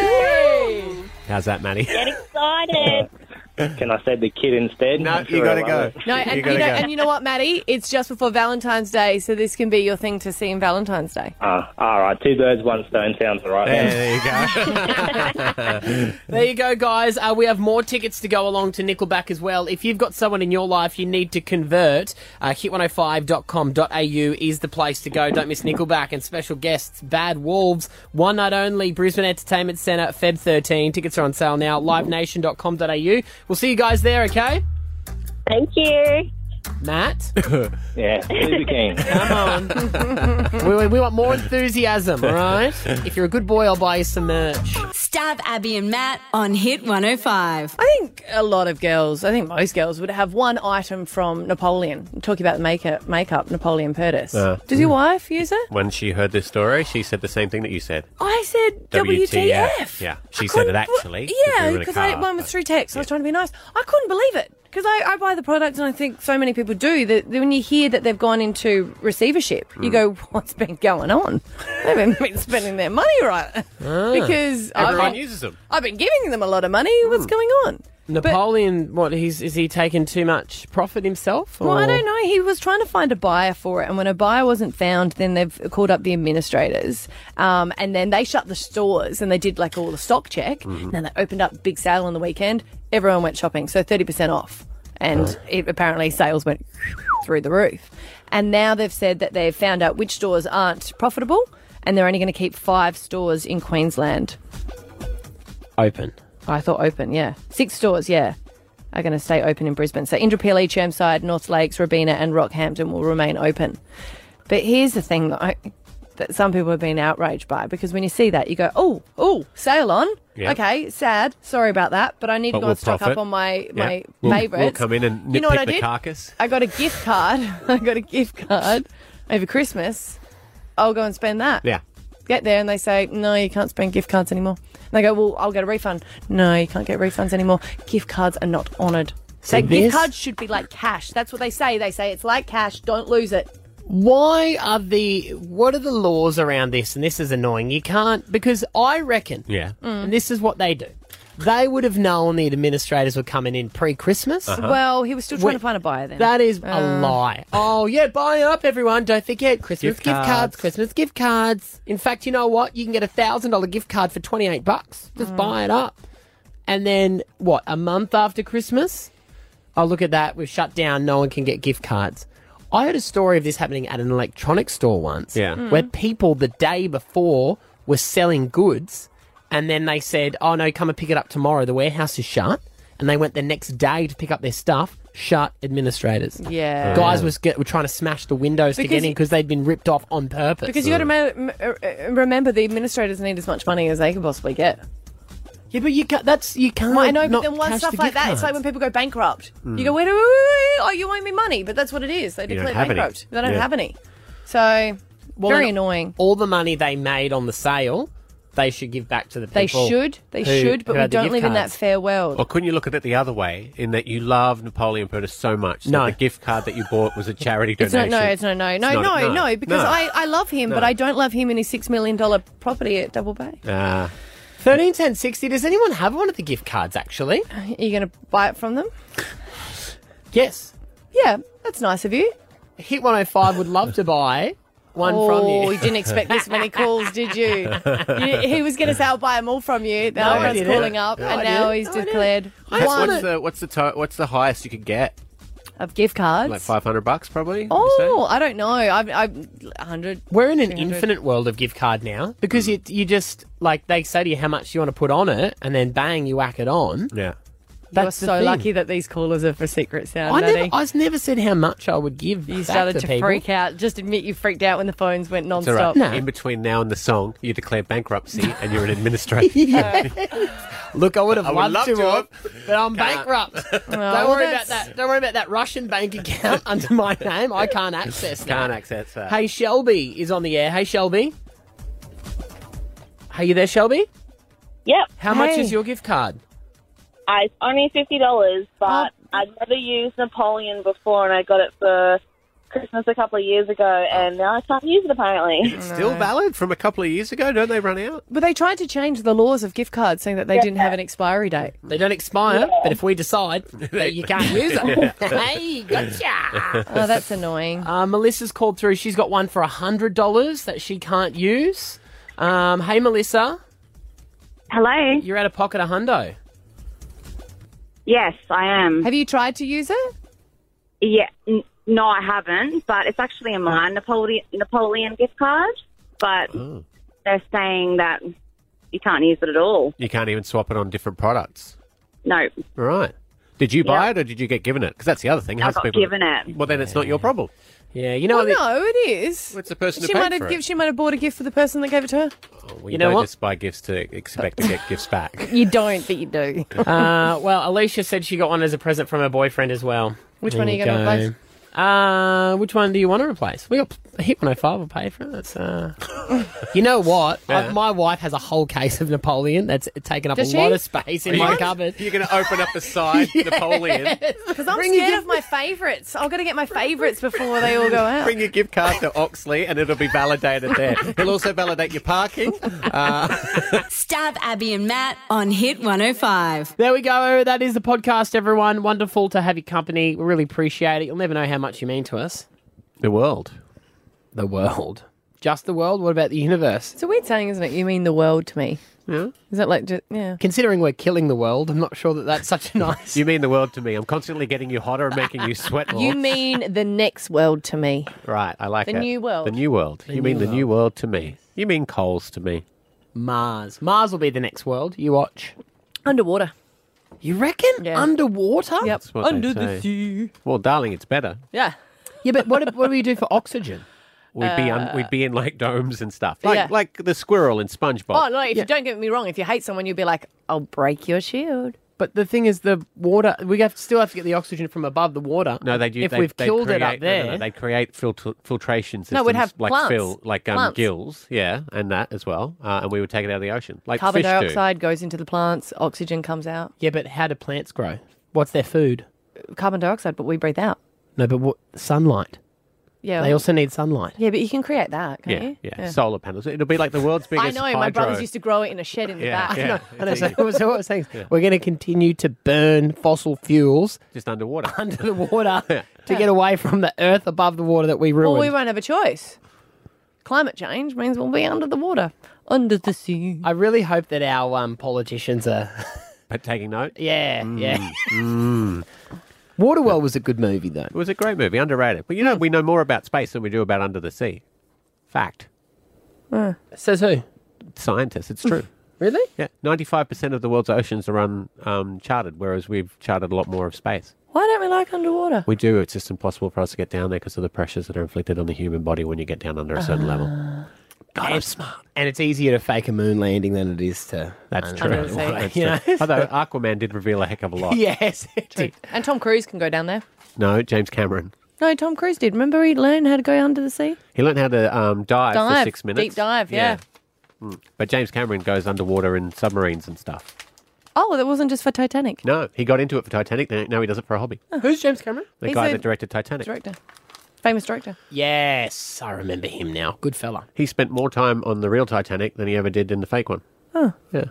Woo! How's that, Matty? Get excited. Can I say the kid instead? No, you gotta go. No, and you, know, and you know what, Maddie? It's just before Valentine's Day, so this can be your thing to see in Valentine's Day. Ah, all right. Two birds, one stone sounds all right. There, you go. There you go, guys. Uh, we have more tickets to go along to Nickelback as well. If you've got someone in your life you need to convert, uh, hit105.com.au is the place to go. Don't miss Nickelback and special guests, Bad Wolves, One Night Only, Brisbane Entertainment Centre, Feb 13. Tickets are on sale now, livenation.com.au. We'll see you guys there, okay? Thank you. Matt? yeah, Luther King. Come on. we, we- we want more enthusiasm, all right? If you're a good boy, I'll buy you some merch. Stab Abby and Matt on Hit 105. I think a lot of girls, I think most girls, would have one item from Napoleon. I'm talking about makeup, makeup Napoleon Purtis. Uh, Does your wife use it? When she heard this story, she said the same thing that you said. I said WTF. WTF. Yeah, she said it actually. Yeah, If we were in a because car, mine was through text. I was trying to be nice. I couldn't believe it because I, I buy the product, and I think so many people do that. that When you hear that they've gone into receivership, you Hmm. Mm. go, "What's been going on? They've been- been spending their money right." Ah. because I've Ah. Everyone been- uses them. I've been giving them a lot of money. Hmm. What's going on? Napoleon, what he's is he taking too much profit himself? Or? Well, I don't know. He was trying to find a buyer for it, and when a buyer wasn't found, then they've called up the administrators, um, and then they shut the stores and they did like all the stock check, Mhm. and then they opened up big sale on the weekend. Everyone went shopping, so thirty percent off, and it, apparently sales went through the roof. And now they've said that they've found out which stores aren't profitable, and they're only going to keep five stores in Queensland. Open. I thought open, yeah. Six stores, yeah, are going to stay open in Brisbane. So Indooroopilly, E, Chermside, North Lakes, Robina, and Rockhampton will remain open. But here's the thing that, I, that some people have been outraged by because when you see that, you go, oh, oh, sale on. Yeah. Okay, sad. Sorry about that, but I need But to go we'll and stock profit. up on my Yeah. my We'll- favorites. we'll come in and you know nitpick what I the did? carcas. I got a gift card. I got a gift card over Christmas. I'll go and spend that Yeah. get there and they say, no, you can't spend gift cards anymore. And they go, well, I'll get a refund. No, you can't get refunds anymore. Gift cards are not honoured. See, So this- gift cards should be like cash. That's what they say. They say it's like cash. Don't lose it. Why are the what are the laws around this? And this is annoying. You can't because I reckon. Yeah. And this is what they do. They would have known the administrators were coming in pre-Christmas. Well, he was still trying Uh-huh. to Wait, find a buyer then. That is Uh, a lie. Oh yeah, buy up everyone. Don't forget Christmas Gift gift, cards. cards. Christmas gift cards. In fact, you know what? You can get a thousand dollar gift card for twenty eight bucks. Just Mm. buy it up. And then what? A month after Christmas, oh look at that. We've shut down. No one can get gift cards. I heard a story of this happening at an electronics store once. Yeah. Mm. Where people the day before were selling goods, and then they said, "Oh no, come and pick it up tomorrow. The warehouse is shut." And they went the next day to pick up their stuff. Shut administrators. Yeah. Guys was get, were trying to smash the windows to Because- get in because they'd been ripped off on purpose. because you got to uh, remember the administrators need as much money as they can possibly get. Yeah, but you can't. That's you can't. I know, but not then once cash stuff the like gift that, it's like cards. when people go bankrupt. Mm. You go, wait, wait, wait, wait, wait, oh, you owe me money, but that's what it is. They You don't declare have any. bankrupt. They don't Yeah. have any. So Well, very then annoying. All the money they made on the sale, they should give back to the They people. should, they who- should, but who we had the don't gift live in that cards. fair world. Or couldn't you look at it the other way, in that you love Napoleon Bonaparte so much No. that the gift card that you bought was a charity It's donation? not, no, it's not, no, no, It's not- no, no, because no. I, I love him, but No. I don't love him in his $6 million property at Double Bay. Ah. Thirteen ten sixty. Does anyone have one of the gift cards? Actually, Are you going to buy it from them? Yes. Yeah, that's nice of you. Hit 105 would love to buy one from you. Oh, you didn't expect this many calls, did you? You- he was going to say, I'll buy them all from you. No, Now I everyone's didn't. calling up, No, and I now didn't. he's declared What's, one what's the what's the to- what's the highest you could get? of gift cards. Like five hundred bucks, probably. oh, I don't know. I've, I've 100. We're in an 300. infinite world of gift card now because you, you just, like, they say to you how much you want to put on it and then bang, you whack it on. Yeah. That's you the are so thing. lucky that these callers are for secret sound. I never, Maddie. I s- never said how much I would give. you back started to, to people. freak out. Just admit you freaked out when the phones went It's all right. non-stop. In between now and the song, you declare bankruptcy and you're an administrator. Look, I would have I would loved, love to, to have, but I'm Can't. bankrupt. Don't well, worry that's- about that. Don't worry about that Russian bank account under my name. I can't access that. Can't access that. Hey, Shelby is on the air. Hey, Shelby. Are you there, Shelby? Yep. How much Hey. is your gift card? I, it's only fifty dollars, but Oh. I'd never used Napoleon before, and I got it for Christmas a couple of years ago, and now I can't use it apparently. Still valid from a couple of years ago? Don't they run out? But they tried to change the laws of gift cards saying that they didn't have an expiry date. They don't expire, but if we decide that you can't use it, hey, gotcha. Oh, that's annoying. Uh, Melissa's called through. She's got one for hundred dollars that she can't use. Um, hey, Melissa. Hello. You're out of pocket a hundo. Yes, I am. Have you tried to use it? Yeah, n- no, I haven't. But it's actually a mine Napoleon Napoleon gift card, but they're saying that you can't use it at all. You can't even swap it on different products. No, Right. Did you buy Yeah. it or did you get given it? Because that's the other thing. I How's got people given it. Well, then it's not your problem. Yeah, you know. well, no, it is. It's the person who she paid might have for it. Oh, given- she might have bought a gift for the person that gave it to her. Well, you, You know don't what? just buy gifts to expect to get gifts back. You don't, but you do. uh, well, Alicia said she got one as a present from her boyfriend as well. Which one are you gonna go. replace? Uh, which one do you want to replace? We got Hit 105 will pay for it. That's, uh... you know what? I- Yeah. my wife has a whole case of Napoleon that's taken up Does a she? lot of space in Are you my gonna- cupboard. You're going to open up the side, Napoleon. Because I'm Bring your scared of my favourites. I've got to get my favourites before they all go out. Bring your gift card to Oxley and it'll be validated there. He'll also validate your parking. Uh, Stab Abby and Matt on Hit 105. There we go. That is the podcast, everyone. Wonderful to have your company. We really appreciate it. You'll never know how much you mean to us. the world. The world. Just the world? What about the universe? It's a weird saying, isn't it? You mean the world to me. Yeah. Is that like, ju- yeah. Considering we're killing the world, I'm not sure that that's such a nice. You mean the world to me. I'm constantly getting you hotter and making you sweat more. You mean the next world to me. Right, I like The that. new world. The new world. The you mean new the new world to me. You mean coals to me. Mars. Mars will be the next world. You watch. Underwater. You reckon? Underwater? Yep. That's what they Under the say. sea. Well, darling, it's better. Yeah. Yeah, but what, what do we do for oxygen? We'd be un- Uh, we'd be in like domes and stuff. Like Yeah. like the squirrel in SpongeBob. Oh, no, if you don't get me wrong, if you hate someone, you'll be like, I'll break your shield. But the thing is, the water, we have, still have to get the oxygen from above the water. No, they do. If they, we've they killed it create, up no, no, there. no, they create filter, filtration systems. No, we'd have like plants. fill, like um, Plants. gills, yeah, and that as well. Uh, and we would take it out of the ocean, like Carbon fish do. dioxide goes into the plants, oxygen comes out. Yeah, but how do plants grow? What's their food? Carbon dioxide, but we breathe out. No, but what, sunlight. Yeah. They also need sunlight. Yeah, but you can create that, can't Yeah, you? yeah, solar panels. It'll be like the world's biggest. I know, my brothers hydro- used to grow it in a shed in the Yeah, back. yeah. I know, so, so what I'm saying is we're going to continue to burn fossil fuels just underwater. under the water to get away from the earth above the water that we ruined. Well, we won't have a choice. Climate change means we'll be under the water, under the sea. I really hope that our um, politicians are. but taking note. Yeah, yeah. Mm. Waterworld was a good movie, though. It was a great movie, underrated. But you Hmm. know, we know more about space than we do about under the sea. Fact. Says who? Scientists, it's true. really? Yeah, ninety-five percent of the world's oceans are un, um, charted, whereas we've charted a lot more of space. Why don't we like underwater? We do. It's just impossible for us to get down there because of the pressures that are inflicted on the human body when you get down under a Ah. certain level. God, I'm smart. And it's easier to fake a moon landing than it is to. That's I true. don't know. That's You know? true. Although Aquaman did reveal a heck of a lot. Yes, it did. Ah. And Tom Cruise can go down there. No, James Cameron. No, Tom Cruise did. Remember he learned how to go under the sea? He learned how to um, dive, for Dive. six minutes. Deep dive, yeah. Mm. But James Cameron goes underwater in submarines and stuff. Oh, that wasn't just for Titanic. No, he got into it for Titanic. then Now he does it for a hobby. Who's James Cameron? The guy that directed Titanic. Director. Famous director. Yes, I remember him now. Good fella. He spent more time on the real Titanic than he ever did in the fake one. Oh. Yeah.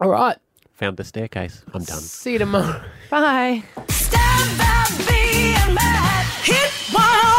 All right. Found the staircase. I'm done. See you tomorrow. Bye. Hit 105.